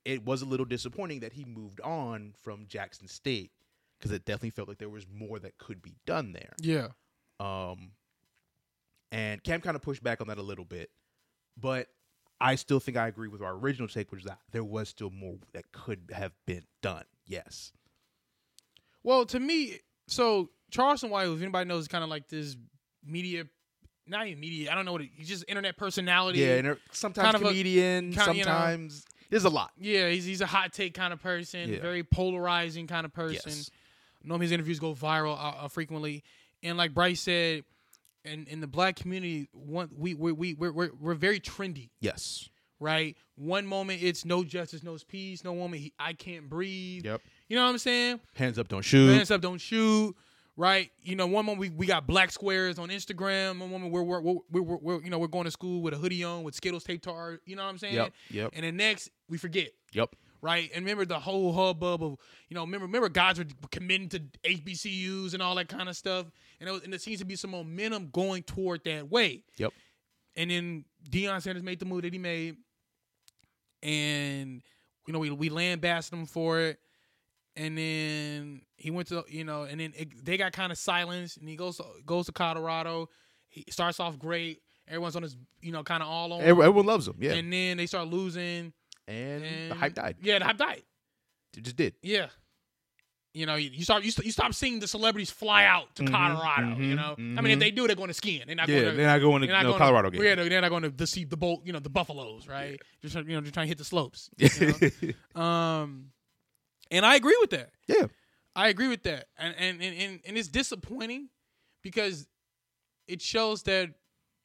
Speaker 2: it was a little disappointing that he moved on from Jackson State because it definitely felt like there was more that could be done there.
Speaker 1: Yeah.
Speaker 2: Um, and Cam kind of pushed back on that a little bit, but I still think I agree with our original take, which is that there was still more that could have been done. Yes.
Speaker 1: Well, to me, so Charleston White, if anybody knows, is kind of like this media, not even media. I don't know what it, he's just internet personality.
Speaker 2: Yeah, and there- sometimes
Speaker 1: kind of a-
Speaker 2: comedian,
Speaker 1: kind of, you know-
Speaker 2: sometimes there's a lot.
Speaker 1: yeah, he's he's a hot take kind of person,
Speaker 2: Yeah.
Speaker 1: very polarizing kind of person.
Speaker 2: Yes.
Speaker 1: Normally his interviews go viral uh, uh, frequently, and like Bryce said, in in the black community, one we we we we're, we're, we're very trendy,
Speaker 2: Yes.
Speaker 1: right? One moment it's no justice, no peace, no woman, he, I can't breathe.
Speaker 2: Yep.
Speaker 1: You know what I'm saying?
Speaker 2: Hands up, don't shoot.
Speaker 1: Hands up, don't shoot. Right, you know, one moment we, we got black squares on Instagram. One moment we're we're, we're, we're, we're you know we're going to school with a hoodie on with Skittles taped to our, you know what I'm saying?
Speaker 2: Yep, yep.
Speaker 1: And the next we forget
Speaker 2: Yep.
Speaker 1: right? And remember the whole hubbub of you know, remember remember guys were committing to HBCUs and all that kind of stuff, and it was, and there seems to be some momentum going toward that way.
Speaker 2: Yep.
Speaker 1: And then Deion Sanders made the move that he made, and you know we we lambasted him for it, and then he went to you know, and then it, they got kind of silenced, and he goes to, goes to Colorado. He starts off great. Everyone's on his, you know, kind of all on, him.
Speaker 2: Everyone, everyone loves him. Yeah. And,
Speaker 1: and then they start losing.
Speaker 2: the
Speaker 1: and-
Speaker 2: hype died.
Speaker 1: Yeah, the hype died.
Speaker 2: It just did.
Speaker 1: Yeah. You know, you, you start you, st- you stop seeing the celebrities fly out to
Speaker 2: Mhm,
Speaker 1: Colorado. you
Speaker 2: mhm,
Speaker 1: know, I mean, if
Speaker 2: mhm.
Speaker 1: they do, they're going to skiing. Mm-hmm. They're not going to.
Speaker 2: I go into
Speaker 1: they're not going to, Yeah, they're they're not going to deceive the bolt. You know, the buffaloes, right? Just you know, just trying to hit the (laughs) slopes. you know? um, and I agree with that.
Speaker 2: Yeah.
Speaker 1: I agree with that, and and and and, and it's disappointing because it shows that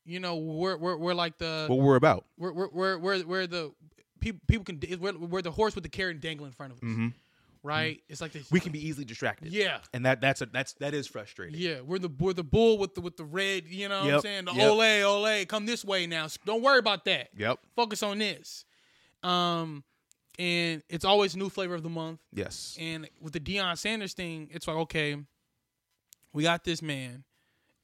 Speaker 1: you know we're we're, we're like the
Speaker 2: (laughs) What we're about.
Speaker 1: we're we're we're, we're, we're the people people can we're, we're the horse with the carrot dangling in front of us, right? It's like this.
Speaker 2: Mm-hmm. We can be easily distracted.
Speaker 1: yeah.
Speaker 2: And that that's a that's that is frustrating.
Speaker 1: Yeah, we're the we're the bull with the with the red. You know what I'm
Speaker 2: Yep,
Speaker 1: saying? The
Speaker 2: yep.
Speaker 1: ole ole, come this way now. S- Don't worry about that.
Speaker 2: Yep.
Speaker 1: Focus on this. Um, and it's always new flavor of the month.
Speaker 2: Yes.
Speaker 1: And with the Deion Sanders thing, it's like okay, we got this man,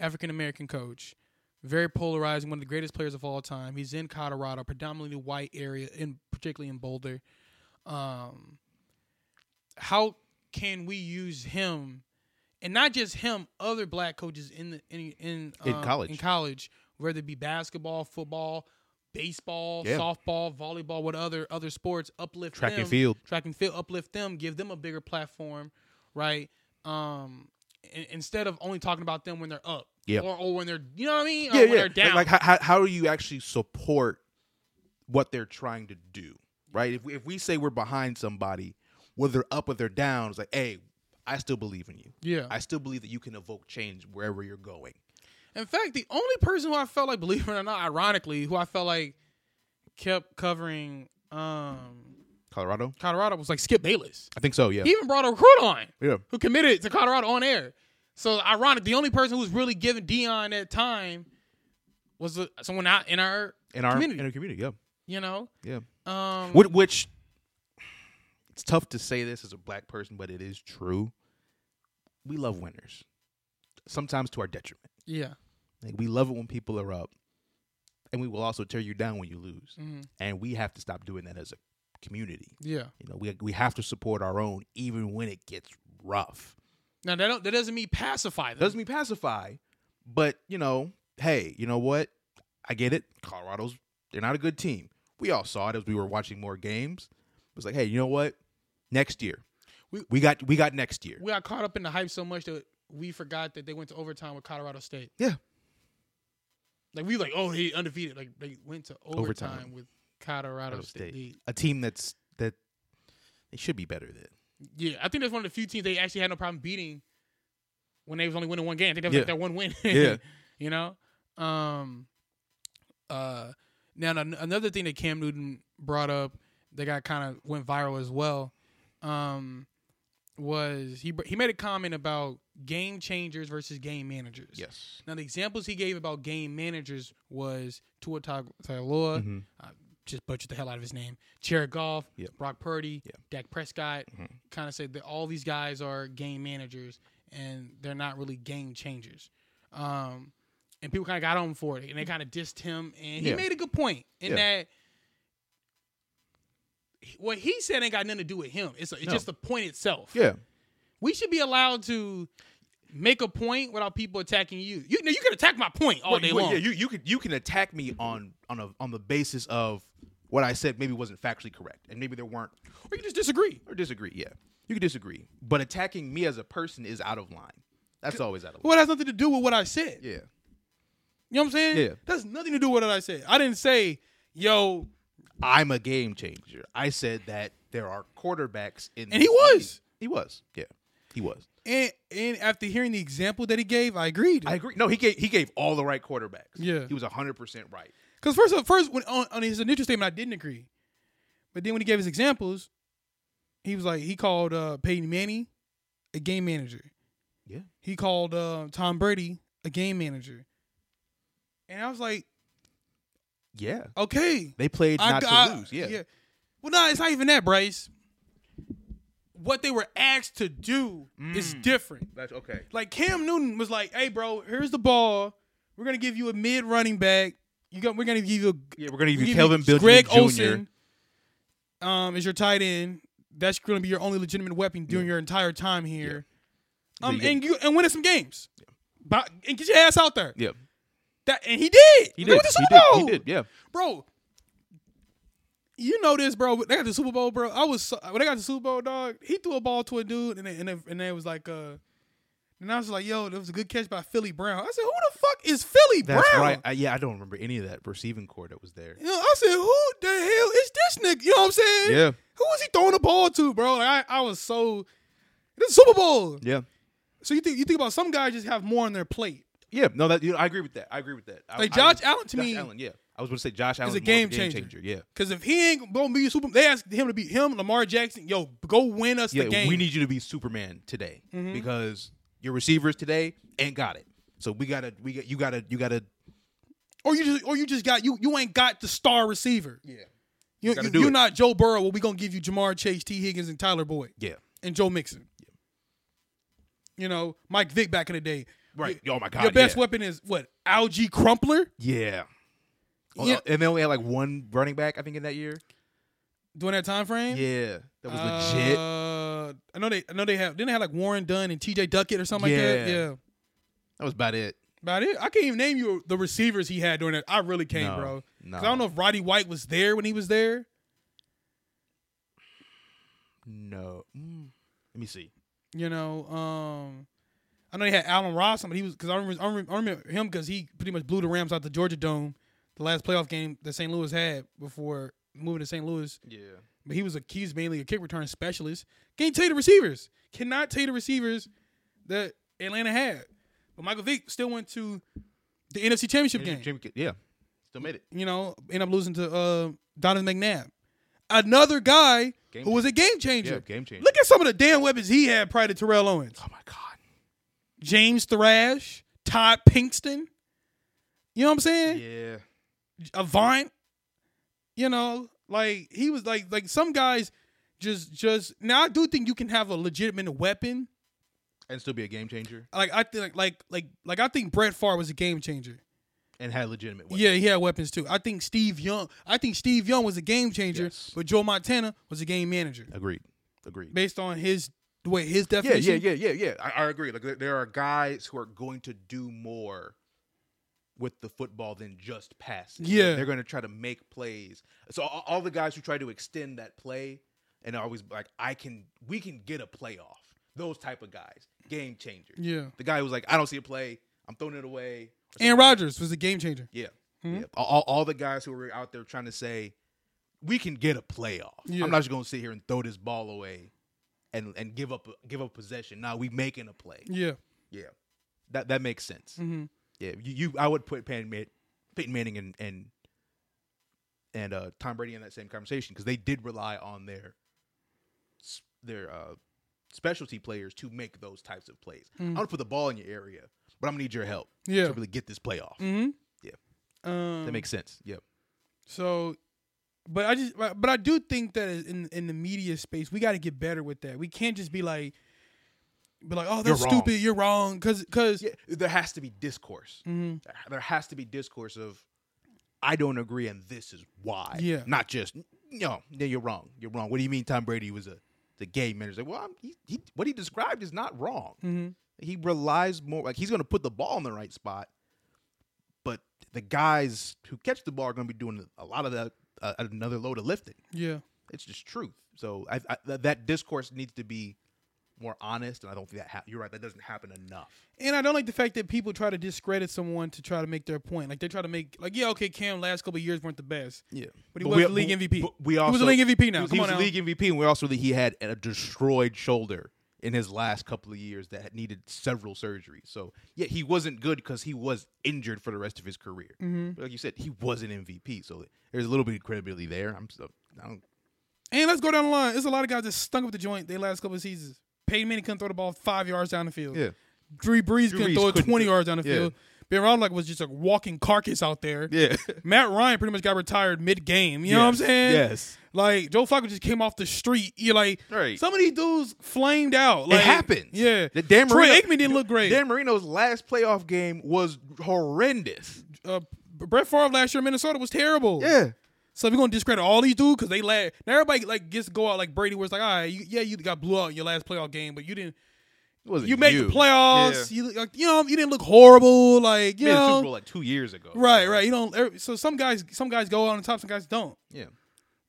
Speaker 1: African American coach, very polarizing, one of the greatest players of all time. He's in Colorado, predominantly white area, in particularly in Boulder. Um, how can we use him, and not just him, other black coaches in the in in,
Speaker 2: In
Speaker 1: um,
Speaker 2: college.
Speaker 1: in college, whether it be basketball, football, baseball,
Speaker 2: Yeah.
Speaker 1: softball, volleyball, what other other sports uplift
Speaker 2: Track and
Speaker 1: them,
Speaker 2: field.
Speaker 1: track and field, uplift them, give them a bigger platform, right? Um, in, instead of only talking about them when they're up,
Speaker 2: Yeah.
Speaker 1: or, or when they're, you know what I mean,
Speaker 2: yeah,
Speaker 1: or when
Speaker 2: yeah.
Speaker 1: they're down,
Speaker 2: Like, like how, how do you actually support what they're trying to do, right? If we, if we say we're behind somebody, whether they're up or they're down, it's like, hey, I still believe in you.
Speaker 1: yeah.
Speaker 2: I still believe that you can evoke change wherever you're going.
Speaker 1: in fact, the only person who I felt like, believe it or not, ironically, who I felt like kept covering um
Speaker 2: Colorado,
Speaker 1: Colorado was like Skip Bayless.
Speaker 2: I think so. Yeah,
Speaker 1: He even brought a recruit on
Speaker 2: yeah,
Speaker 1: who committed to Colorado on air. So ironic, the only person who was really giving Dion that time was uh, someone out in our,
Speaker 2: in our
Speaker 1: Community.
Speaker 2: in our community. Yeah,
Speaker 1: you know,
Speaker 2: yeah.
Speaker 1: um,
Speaker 2: Which, which it's tough to say this as a black person, but it is true. We love winners, sometimes to our detriment.
Speaker 1: yeah,
Speaker 2: Like we love it when people are up, and we will also tear you down when you lose.
Speaker 1: mhm,
Speaker 2: And we have to stop doing that as a community.
Speaker 1: yeah.
Speaker 2: You know, we we have to support our own even when it gets rough.
Speaker 1: Now that don't, that doesn't mean pacify them.
Speaker 2: Doesn't mean pacify, but you know, hey, you know what? I get it. Colorado's they're not a good team. We all saw it as we were watching more games. It was like, hey, you know what? Next year, we,
Speaker 1: We-
Speaker 2: we got we got next year.
Speaker 1: we got caught up in the hype so much that we forgot that they went to overtime with Colorado State.
Speaker 2: Yeah.
Speaker 1: Like we like, oh, he undefeated. Like they went to overtime,
Speaker 2: Overtime.
Speaker 1: with Colorado,
Speaker 2: Colorado
Speaker 1: State.
Speaker 2: State. A team that's that they should be better than.
Speaker 1: Yeah, I think that's one of the few teams they actually had no problem beating when they was only winning one game. I think that was
Speaker 2: Yeah.
Speaker 1: like their one win.
Speaker 2: (laughs) Yeah.
Speaker 1: (laughs) you know. Um. Uh. Now an- another thing that Cam Newton brought up that got kind of went viral as well. Um. Was he? br- He made a comment about game changers versus game managers.
Speaker 2: Yes.
Speaker 1: Now the examples he gave about game managers was Tua Tag- Tagovailoa, uh,
Speaker 2: Mhm.
Speaker 1: just butchered the hell out of his name. Jared Goff,
Speaker 2: Yep.
Speaker 1: Brock Purdy,
Speaker 2: Yep.
Speaker 1: Dak Prescott,
Speaker 2: Mhm.
Speaker 1: kind of said that all these guys are game managers and they're not really game changers. Um, and people kind of got on for it and they kind of dissed him. And he
Speaker 2: Yeah.
Speaker 1: made a good point in
Speaker 2: Yeah.
Speaker 1: that what he said ain't got nothing to do with him. It's, it's
Speaker 2: No.
Speaker 1: just the point itself.
Speaker 2: Yeah.
Speaker 1: We should be allowed to make a point without people attacking you. You, you can attack my point all
Speaker 2: Well,
Speaker 1: day
Speaker 2: well,
Speaker 1: long.
Speaker 2: Yeah, you, you can you can attack me on on a on the basis of what I said maybe wasn't factually correct, and maybe there weren't
Speaker 1: or you just disagree.
Speaker 2: or disagree. Yeah, you can disagree, but attacking me as a person is out of line. That's always out of line.
Speaker 1: Well, it has nothing to do with what I said.
Speaker 2: Yeah,
Speaker 1: You know what I'm saying?
Speaker 2: Yeah.
Speaker 1: That's nothing to do with what I said. I didn't say, yo,
Speaker 2: I'm a game changer. I said that there are quarterbacks in,
Speaker 1: And he
Speaker 2: this
Speaker 1: was.
Speaker 2: league. he was, yeah, he was.
Speaker 1: and and after hearing the example that he gave, I agreed.
Speaker 2: I agree. No, he gave he gave all the right quarterbacks.
Speaker 1: Yeah.
Speaker 2: he was hundred percent right.
Speaker 1: Because first of first when on, on his initial statement, I didn't agree, but then when he gave his examples, he was like he called uh, Peyton Manning a game manager.
Speaker 2: Yeah.
Speaker 1: He called uh, Tom Brady a game manager, and I was like,
Speaker 2: Yeah,
Speaker 1: okay,
Speaker 2: they played
Speaker 1: I-
Speaker 2: not
Speaker 1: I-
Speaker 2: to lose. Yeah.
Speaker 1: Well, no, it's not even that, Bryce. What they were asked to do is
Speaker 2: Mm.
Speaker 1: different.
Speaker 2: that's okay.
Speaker 1: Like Cam Newton was like, "Hey, bro, here's the ball. We're gonna give you a mid running back. You got. We're gonna give you a
Speaker 2: Yeah, we're gonna give
Speaker 1: we
Speaker 2: you
Speaker 1: give
Speaker 2: Kelvin Benjamin
Speaker 1: Greg
Speaker 2: Jr.
Speaker 1: Olsen, um, is your tight end. That's gonna be your only legitimate weapon during your entire time here.
Speaker 2: Yeah.
Speaker 1: Um,
Speaker 2: So you
Speaker 1: and you and winning some games. But, and get your ass out there.
Speaker 2: Yeah,
Speaker 1: That and he did.
Speaker 2: he
Speaker 1: They
Speaker 2: did.
Speaker 1: went to
Speaker 2: He
Speaker 1: Super
Speaker 2: did. He
Speaker 1: Bowl.
Speaker 2: did. Yeah.
Speaker 1: bro. You know this, bro. They got the Super Bowl, bro. I was so, when they got the Super Bowl, dog. He threw a ball to a dude, and they, and they, and they was like, uh, and I was like, yo, that was a good catch by Philly Brown. I said, who the fuck is Philly
Speaker 2: That's
Speaker 1: Brown?
Speaker 2: right. I, yeah, I don't remember any of that receiving core that was there.
Speaker 1: You know, I said, who the hell is this nigga? You know what I'm saying?
Speaker 2: Yeah.
Speaker 1: Who was he throwing the ball to, bro? Like I, I was so. This is Super Bowl.
Speaker 2: Yeah.
Speaker 1: So you think you think about some guys just have more on their plate.
Speaker 2: Yeah. No, that you know, I agree with that. I agree with that. I,
Speaker 1: Like
Speaker 2: I
Speaker 1: Josh
Speaker 2: was-
Speaker 1: Allen to
Speaker 2: Josh
Speaker 1: me,
Speaker 2: Allen, yeah. I was going to say Josh Allen
Speaker 1: a
Speaker 2: more of
Speaker 1: game changer.
Speaker 2: Yeah.
Speaker 1: because if he ain't gonna be a Super, they asked him to beat him, Lamar Jackson. Yo, go win us the
Speaker 2: Yeah.
Speaker 1: game. Mm-hmm.
Speaker 2: We need you to be Superman today because your receivers today ain't got it. So we gotta, we got, you gotta, you gotta,
Speaker 1: or you just or you just got you you ain't got the star receiver.
Speaker 2: yeah,
Speaker 1: You,
Speaker 2: gotta
Speaker 1: you,
Speaker 2: do
Speaker 1: you're
Speaker 2: it.
Speaker 1: not Joe Burrow. Well, we gonna give you Jamar Chase, T Higgins, and Tyler Boyd
Speaker 2: yeah.
Speaker 1: and Joe Mixon. you know, Mike Vick back in the day.
Speaker 2: Right. Oh my God.
Speaker 1: Your best
Speaker 2: yeah.
Speaker 1: weapon is what? Algae Crumpler?
Speaker 2: Yeah. Oh,
Speaker 1: Yeah.
Speaker 2: And they only had like one running back, I think, in that year.
Speaker 1: During that time frame?
Speaker 2: Yeah, that was legit.
Speaker 1: Uh, I know they I know they have didn't they have like Warren Dunn and TJ Duckett or something like that?
Speaker 2: Yeah.
Speaker 1: Yeah.
Speaker 2: That was about it.
Speaker 1: About it. I can't even name you the receivers he had during that. I really can't,
Speaker 2: No,
Speaker 1: bro. 'Cause
Speaker 2: No,
Speaker 1: I don't know if Roddy White was there when he was there.
Speaker 2: No, Mm. let me see.
Speaker 1: You know, um, I know they had Allen Robinson, but he was because I remember, I remember I remember him because he pretty much blew the Rams out the Georgia Dome, the last playoff game that St. Louis had before moving to St. Louis.
Speaker 2: Yeah,
Speaker 1: But he was a he's mainly a kick return specialist. Can't tell you the receivers. Cannot tell you the receivers that Atlanta had. But Michael Vick still went to the NFC Championship game.
Speaker 2: yeah, still made it.
Speaker 1: you know, end up losing to uh, Donovan McNabb, another guy
Speaker 2: Game
Speaker 1: who was a game
Speaker 2: Yeah,
Speaker 1: changer.
Speaker 2: game changer.
Speaker 1: Look at some of the damn weapons he had prior to Terrell Owens.
Speaker 2: oh my God.
Speaker 1: James Thrash, Todd Pinkston. You know what I'm saying?
Speaker 2: Yeah,
Speaker 1: Avant. You know, like he was like like some guys just just now I do think you can have a legitimate weapon.
Speaker 2: and still be a game changer,
Speaker 1: Like I think like like like I think Brett Favre was a game changer.
Speaker 2: and had legitimate. Weapons.
Speaker 1: Yeah, he had weapons too. I think Steve Young I think Steve Young was a game changer,
Speaker 2: Yes.
Speaker 1: but Joe Montana was a game manager.
Speaker 2: agreed, agreed.
Speaker 1: Based on his the way his
Speaker 2: Yeah,
Speaker 1: definition.
Speaker 2: yeah, yeah, yeah, yeah. I, I agree. Like there- there are guys who are going to do more with the football than just passing. Like,
Speaker 1: Yeah.
Speaker 2: they're going to try to make plays. So all, all the guys who try to extend that play and are always like, I can, we can get a play off. Those type of guys, game changers.
Speaker 1: Yeah.
Speaker 2: The guy who's like, I don't see a play. I'm throwing it away. or
Speaker 1: Aaron
Speaker 2: something.
Speaker 1: Rodgers was a game changer.
Speaker 2: Yeah.
Speaker 1: Mhm.
Speaker 2: yeah. All- All, all the guys who were out there trying to say, we can get a playoff.
Speaker 1: Yeah.
Speaker 2: I'm not just going to sit here and throw this ball away and, and give up give up possession. Now we making a play.
Speaker 1: Yeah.
Speaker 2: Yeah. That that makes sense.
Speaker 1: hmm
Speaker 2: Yeah. You, you I would put Peyton, Man- Peyton Manning and and and uh, Tom Brady in that same conversation because they did rely on their s- their uh, specialty players to make those types of plays. I'm gonna put the ball in your area, but I'm gonna need your help
Speaker 1: Hmm. Yeah.
Speaker 2: to really get this playoff.
Speaker 1: Mm-hmm.
Speaker 2: Yeah.
Speaker 1: Um,
Speaker 2: That makes sense. Yeah.
Speaker 1: so, but I just but but I do think that in in the media space we got to get better with that. We can't just be like, be like, oh,
Speaker 2: You're
Speaker 1: that's
Speaker 2: wrong.
Speaker 1: stupid. You're wrong because because
Speaker 2: Yeah. There has to be discourse.
Speaker 1: Mhm.
Speaker 2: There- There has to be discourse of I don't agree and this is why.
Speaker 1: Yeah.
Speaker 2: Not just no, no, you're wrong. You're wrong. What do you mean Tom Brady was a the gay man? It's like, well, I'm, he, he, what he described is not wrong.
Speaker 1: Mhm.
Speaker 2: He relies more like he's gonna put the ball in the right spot, but the guys who catch the ball are gonna be doing a lot of that uh, another load of lifting.
Speaker 1: yeah,
Speaker 2: It's just truth. So I, I, th- that discourse needs to be more honest, and I don't think that ha- you're right. That doesn't happen enough.
Speaker 1: and I don't like the fact that people try to discredit someone to try to make their point. Like they try to make like, yeah, okay, Cam last couple of years weren't the best.
Speaker 2: Yeah,
Speaker 1: But he was the league MVP.
Speaker 2: we
Speaker 1: He
Speaker 2: also
Speaker 1: was the league MVP now.
Speaker 2: He was,
Speaker 1: Come
Speaker 2: he
Speaker 1: on
Speaker 2: was the
Speaker 1: now.
Speaker 2: league MVP, and we also he had a destroyed shoulder in his last couple of years that had needed several surgeries. So yeah, he wasn't good because he was injured for the rest of his career.
Speaker 1: Mm-hmm.
Speaker 2: But like you said, he was an MVP, so there's a little bit of credibility there. I'm so I don't.
Speaker 1: And let's go down the line. There's a lot of guys that stunk up the joint they last couple of seasons. Peyton Manning couldn't throw the ball five yards down the field.
Speaker 2: Yeah.
Speaker 1: Drew Brees couldn't
Speaker 2: Brees
Speaker 1: throw it
Speaker 2: couldn't
Speaker 1: twenty
Speaker 2: do-
Speaker 1: yards down the
Speaker 2: yeah.
Speaker 1: field. Ben Roethlisberger was just a walking carcass out there.
Speaker 2: Yeah.
Speaker 1: Matt Ryan pretty much got retired mid game. You know what I'm
Speaker 2: Yes,
Speaker 1: saying?
Speaker 2: yes.
Speaker 1: Like Joe Flacco just came off the street. You like
Speaker 2: Right.
Speaker 1: some of these dudes flamed out. Like,
Speaker 2: (laughs) it happens.
Speaker 1: Yeah.
Speaker 2: The Dan
Speaker 1: Troy
Speaker 2: Marino,
Speaker 1: Aikman didn't look great.
Speaker 2: Dan Marino's last playoff game was horrendous.
Speaker 1: uh, Brett Favre last year in Minnesota was terrible.
Speaker 2: Yeah.
Speaker 1: So if you're gonna discredit all these dudes because they last now everybody like gets to go out like Brady, where it's like, all right, you, yeah, you got blew out in your last playoff game, but you didn't.
Speaker 2: It wasn't
Speaker 1: You make the playoffs.
Speaker 2: Yeah.
Speaker 1: You like, you know you didn't look horrible. Like you
Speaker 2: Made the Super
Speaker 1: know,
Speaker 2: Bowl like two years ago.
Speaker 1: right, right. You don't. every- So some guys, some guys go out on top, some guys don't.
Speaker 2: Yeah.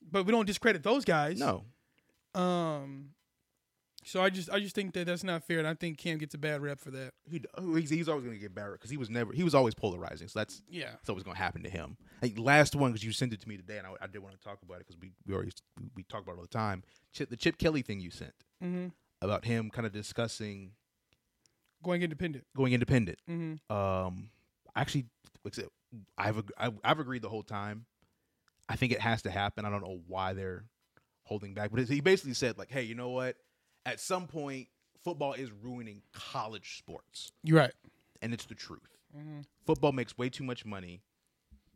Speaker 1: But we don't discredit those guys.
Speaker 2: No.
Speaker 1: Um. So I just I just think that that's not fair, and I think Cam gets a bad rep for that.
Speaker 2: He, oh, he's, he's always going to get better because he was never he was always polarizing. So that's
Speaker 1: Yeah.
Speaker 2: that's always going to happen to him. Like last one because you sent it to me today, and I, I did want to talk about it because we we already we, we talk about it all the time. Chip, the Chip Kelly thing you sent
Speaker 1: Mm-hmm.
Speaker 2: about him kind of discussing
Speaker 1: Going independent.
Speaker 2: going independent.
Speaker 1: Mm-hmm.
Speaker 2: Um, actually, like I said, I've ag- I've, I've agreed the whole time. I think it has to happen. I don't know why they're holding back, but it's- he basically said like, "Hey, you know what? At some point, football is ruining college sports."
Speaker 1: You're right.
Speaker 2: and it's the truth.
Speaker 1: Mhm.
Speaker 2: Football makes way too much money.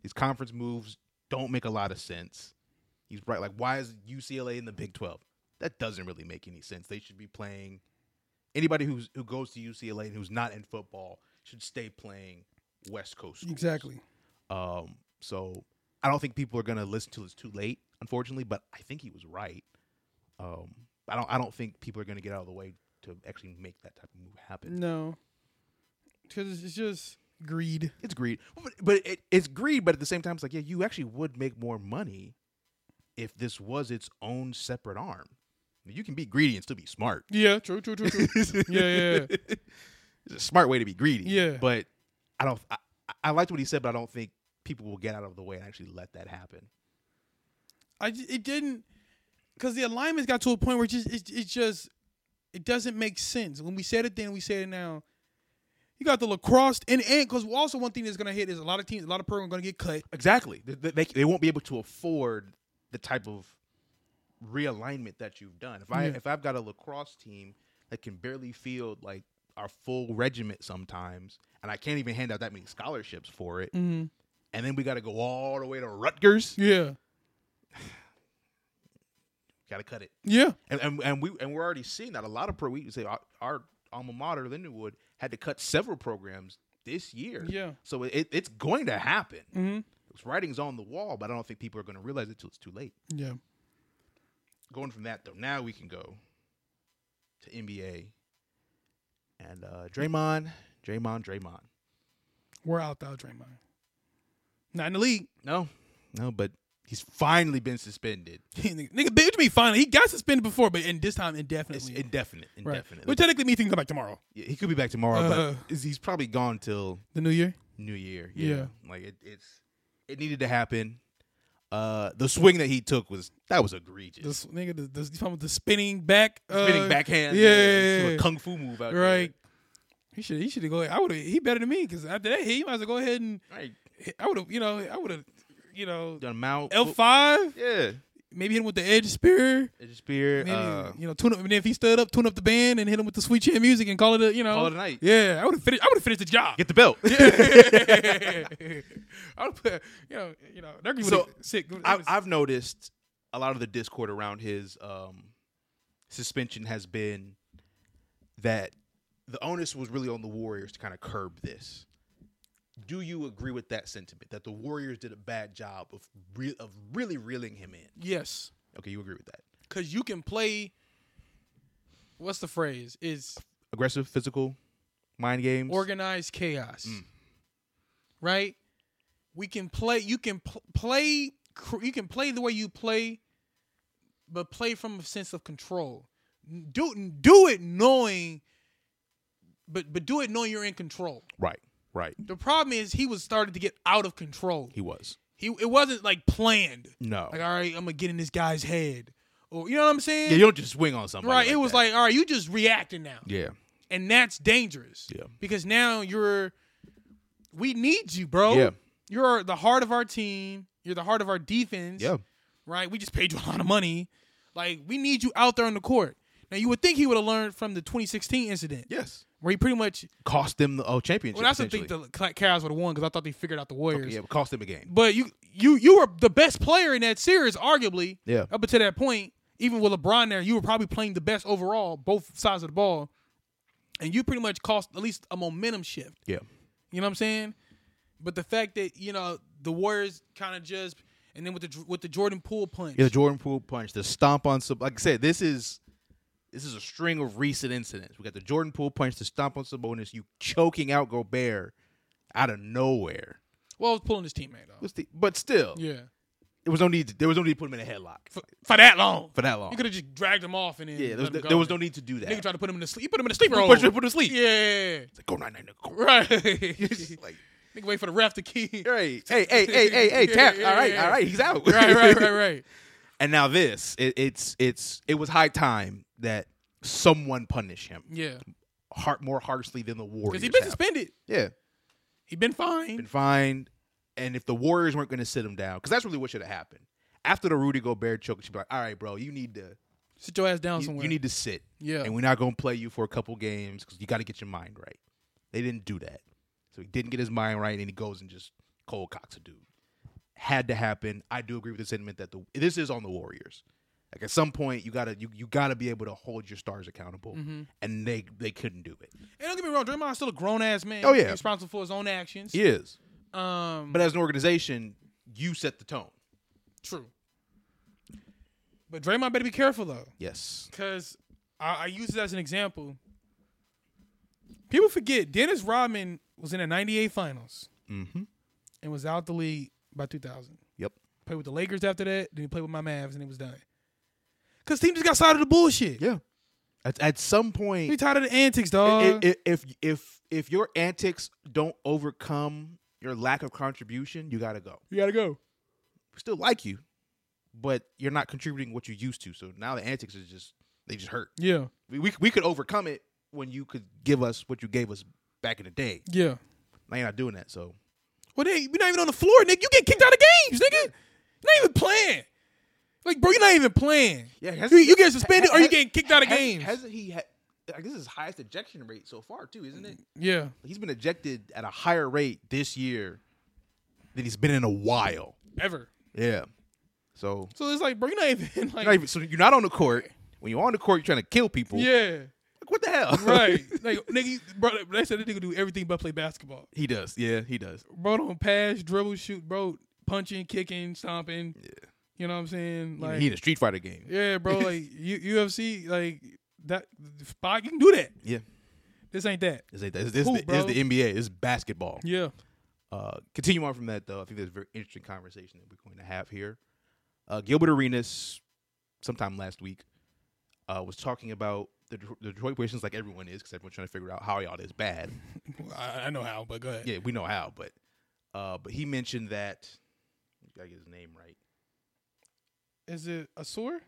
Speaker 2: These conference moves don't make a lot of sense. He's right. Like, why is UCLA in the Big 12? That doesn't really make any sense. They should be playing anybody who's who goes to UCLA and who's not in football should stay playing West Coast. schools.
Speaker 3: Exactly.
Speaker 2: Um, so I don't think people are gonna listen till it's too late, unfortunately. But I think he was right. Um, I don't. I don't think people are gonna get out of the way to actually make that type of move happen.
Speaker 1: No, because it's just greed.
Speaker 2: It's greed, but, but it, it's greed. But at the same time, it's like, yeah, you actually would make more money if this was its own separate arm. You can be greedy and still be smart.
Speaker 1: Yeah, true, true, true, true. yeah, yeah.
Speaker 2: (laughs) It's a smart way to be greedy.
Speaker 1: Yeah.
Speaker 2: But I don't. I, I- I liked what he said, but I don't think people will get out of the way and actually let that happen.
Speaker 1: I j- it didn't because the alignments got to a point where it just it, it just it doesn't make sense. When we said it then, we say it now. You got the lacrosse and and because also one thing that's gonna hit is a lot of teams, a lot of programs gonna get cut.
Speaker 2: Exactly. They, they, they- they won't be able to afford the type of realignment that you've done. If I
Speaker 1: Yeah.
Speaker 2: if I've got a lacrosse team that can barely field like our full regiment sometimes, and I can't even hand out that many scholarships for it,
Speaker 1: Mm-hmm.
Speaker 2: and then we got to go all the way to Rutgers,
Speaker 1: Yeah,
Speaker 2: got to cut it.
Speaker 1: yeah,
Speaker 2: And, and and we and we're already seeing that a lot of pro we say our, our alma mater Lindenwood had to cut several programs this year.
Speaker 1: yeah.
Speaker 2: So it, it's going to happen.
Speaker 1: Mm-hmm.
Speaker 2: It's writing's on the wall, but I don't think people are going to realize it till it's too late.
Speaker 1: Yeah.
Speaker 2: Going from that though, now we can go to NBA and uh, Draymond, Draymond, Draymond.
Speaker 1: We're out though, Draymond. Not in the league. (laughs)
Speaker 2: No, no, but he's finally been suspended.
Speaker 1: nigga, nigga, bitch me finally. He got suspended before, but in this time
Speaker 2: It's
Speaker 1: indefinitely.
Speaker 2: indefinite,
Speaker 1: right.
Speaker 2: indefinite.
Speaker 1: Which technically means he can come back tomorrow.
Speaker 2: Yeah, he could be back tomorrow,
Speaker 1: Uh.
Speaker 2: but is- he's probably gone till
Speaker 1: The new year.
Speaker 2: New Year. Yeah,
Speaker 1: Yeah.
Speaker 2: like it, it's it needed to happen. Uh, the swing that he took was that was egregious.
Speaker 1: This nigga, the, this, the, the spinning back, uh,
Speaker 2: spinning backhand.
Speaker 1: yeah,
Speaker 2: it's
Speaker 1: yeah,
Speaker 2: a
Speaker 1: yeah.
Speaker 2: kung fu move out
Speaker 1: Right. He should. He should go. ahead. I would have. He better than me because after that hit, he might as well go ahead and.
Speaker 2: there. Right.
Speaker 1: I would have. You know. I would have. You know.
Speaker 2: Done mount.
Speaker 1: L five.
Speaker 2: Yeah.
Speaker 1: Maybe hit him with the edge spear.
Speaker 2: It's a spear.
Speaker 1: Maybe
Speaker 2: uh,
Speaker 1: you know. Tune up. And then if he stood up, tune up the band and hit him with the sweet chin music and call it a. You know.
Speaker 2: call it a night.
Speaker 1: yeah, I would have finished. I would have finished the job.
Speaker 2: Get the belt. (laughs)
Speaker 1: (laughs) I would put. You know. You know. They're gonna
Speaker 2: So,
Speaker 1: sick.
Speaker 2: I, I've noticed a lot of the discord around his um, suspension has been that the onus was really on the Warriors to kind of curb this. Do you agree with that sentiment that the Warriors did a bad job of re- of really reeling him in?
Speaker 1: yes.
Speaker 2: Okay, you agree with that?
Speaker 1: Because you can play. What's the phrase? Is
Speaker 2: Aggressive, physical, mind games.
Speaker 1: organized chaos.
Speaker 2: Mm.
Speaker 1: Right? We can play. You can pl- play. cr- You can play the way you play, but play from a sense of control. Do do it knowing, but but do it knowing you're in control.
Speaker 2: right, right.
Speaker 1: The problem is he was started to get out of control.
Speaker 2: He was
Speaker 1: He it wasn't like planned.
Speaker 2: no.
Speaker 1: Like all right, I'm gonna get in this guy's head, or you know what I'm saying?
Speaker 2: yeah, you don't just swing on somebody.
Speaker 1: right. it was
Speaker 2: that.
Speaker 1: like all right, you just reacting now
Speaker 2: yeah,
Speaker 1: and that's dangerous.
Speaker 2: Yeah.
Speaker 1: Because now you're, we need you, bro.
Speaker 2: Yeah.
Speaker 1: You're the heart of our team. You're the heart of our defense.
Speaker 2: yeah.
Speaker 1: Right. We just paid you a lot of money. Like we need you out there on the court. Now you would think he would have learned from the 2016 incident
Speaker 2: Yes,
Speaker 1: where he pretty much.
Speaker 2: cost them the oh, championship.
Speaker 1: Well, that's the thing.
Speaker 2: essentially.
Speaker 1: The Cavs would have won because I thought they figured out the Warriors.
Speaker 2: yeah, cost them a game.
Speaker 1: But you, you, you were the best player in that series, arguably.
Speaker 2: Yeah.
Speaker 1: Up until that point, even with LeBron there, you were probably playing the best overall, both sides of the ball, and you pretty much cost at least a momentum shift.
Speaker 2: Yeah.
Speaker 1: You know what I'm saying? But the fact that you know the Warriors kind of just, and then with the with the Jordan Poole punch,
Speaker 2: Yeah, the Jordan Poole punch, the stomp on Sab- like I said, this is this is a string of recent incidents. We got the Jordan Poole punch, the stomp on Sabonis, you choking out Gobert out of nowhere.
Speaker 1: well, I was pulling his teammate though.
Speaker 2: What's the- but still,
Speaker 1: Yeah,
Speaker 2: there was no need. To, there was no need to put him in a headlock
Speaker 1: for, for that long,
Speaker 2: for that long.
Speaker 1: you could have just dragged him off and then
Speaker 2: yeah, there was,
Speaker 1: let him go.
Speaker 2: there was no need to do that.
Speaker 1: Nigga tried to put him in the sleep. You put him in the sleeper.
Speaker 2: Punch him,
Speaker 1: hold.
Speaker 2: put him to sleep.
Speaker 1: Yeah,
Speaker 2: It's like, go nine nine. Go. (laughs)
Speaker 1: right.
Speaker 2: It's
Speaker 1: (laughs) Nigga
Speaker 2: like,
Speaker 1: wait for the ref to key.
Speaker 2: hey, hey, hey, hey,
Speaker 1: (laughs)
Speaker 2: hey, hey, tap. All right, all right, he's out.
Speaker 1: right, right, right, right.
Speaker 2: (laughs) And now this, it, it's it's it was high time that someone punish him
Speaker 1: Yeah,
Speaker 2: heart more harshly than the Warriors.
Speaker 1: because he been
Speaker 2: have.
Speaker 1: suspended.
Speaker 2: Yeah,
Speaker 1: He been fine.
Speaker 2: been fined. And if the Warriors weren't going to sit him down, because that's really what should have happened. After the Rudy Gobert choke, she'd be like, "All right, bro, you need to
Speaker 1: Sit your ass down
Speaker 2: you,
Speaker 1: somewhere.
Speaker 2: you need to sit,
Speaker 1: yeah,
Speaker 2: and we're not going to play you for a couple games because you got to get your mind right." They didn't do that, so he didn't get his mind right, and he goes and just cold cocks a dude. Had to happen. I do agree with the sentiment that the this is on the Warriors. Like at some point, you gotta you, you gotta be able to hold your stars accountable, and they they couldn't do it.
Speaker 1: And don't get me wrong, Draymond's still a grown ass man.
Speaker 2: Oh, yeah.
Speaker 1: responsible for his own actions.
Speaker 2: He is,
Speaker 1: Um,
Speaker 2: but as an organization, you set the tone.
Speaker 1: true. But Draymond better be careful though,
Speaker 2: Yes,
Speaker 1: because I, I use it as an example. People forget Dennis Rodman was in the '98 Finals
Speaker 2: Mm-hmm.
Speaker 1: and was out the league by 2000.
Speaker 2: Yep.
Speaker 1: Played with the Lakers after that, then he played with my Mavs, and it was done. Cause team just got tired of the bullshit.
Speaker 2: Yeah. At, at some point,
Speaker 1: We tired of the antics,
Speaker 2: i-
Speaker 1: dog.
Speaker 2: i- if if if your antics don't overcome your lack of contribution, you gotta go.
Speaker 1: you gotta go.
Speaker 2: We still like you, but you're not contributing what you used to. So now the antics is just they just hurt.
Speaker 1: Yeah,
Speaker 2: We we, we could overcome it when you could give us what you gave us back in the day.
Speaker 1: yeah.
Speaker 2: Now you're not doing that. So
Speaker 1: Well, they, you're not even on the floor, nigga. You get kicked out of games, nigga. You're not even playing. Like, bro, you're not even playing.
Speaker 2: yeah,
Speaker 1: You, you get suspended or you getting kicked out of games.
Speaker 2: Hasn't he? Ha- I guess his highest ejection rate so far too, isn't it?
Speaker 1: yeah,
Speaker 2: He's been ejected at a higher rate this year than he's been in a while.
Speaker 1: ever.
Speaker 2: Yeah. So
Speaker 1: So it's like, bro, you're not even (laughs) like,
Speaker 2: You're not even- so you're not on the court. When you're on the court, you're trying to kill people. (laughs)
Speaker 1: yeah,
Speaker 2: Like, what the hell?
Speaker 1: right. like, nigga, you- bro, they said this nigga do everything but play basketball.
Speaker 2: (laughs) he does. Yeah, he does.
Speaker 1: Bro, don't pass, dribble, shoot, bro, punching, kicking, stomping. Yeah. You know what I'm saying? Like,
Speaker 2: he (laughs) in a Street Fighter game.
Speaker 1: yeah,
Speaker 2: (laughs)
Speaker 1: bro, like U- UFC, like that spot, you can do that.
Speaker 2: Yeah.
Speaker 1: This ain't that.
Speaker 2: It's, like- it's- it's
Speaker 1: Cool,
Speaker 2: the,
Speaker 1: bro.
Speaker 2: it's the NBA. It's basketball.
Speaker 1: Yeah.
Speaker 2: Uh, continue on from that, though. I think there's a very interesting conversation that we're going to have here. Uh, Gilbert Arenas, sometime last week, uh, was talking about the, Detro- the Detroit Pistons, like everyone is, because everyone's trying to figure out how y'all
Speaker 1: (laughs)
Speaker 2: is bad.
Speaker 1: I, I know how, but go ahead.
Speaker 2: yeah, we know how, but uh, but he mentioned that. Gotta get his name right.
Speaker 1: Is it a sore?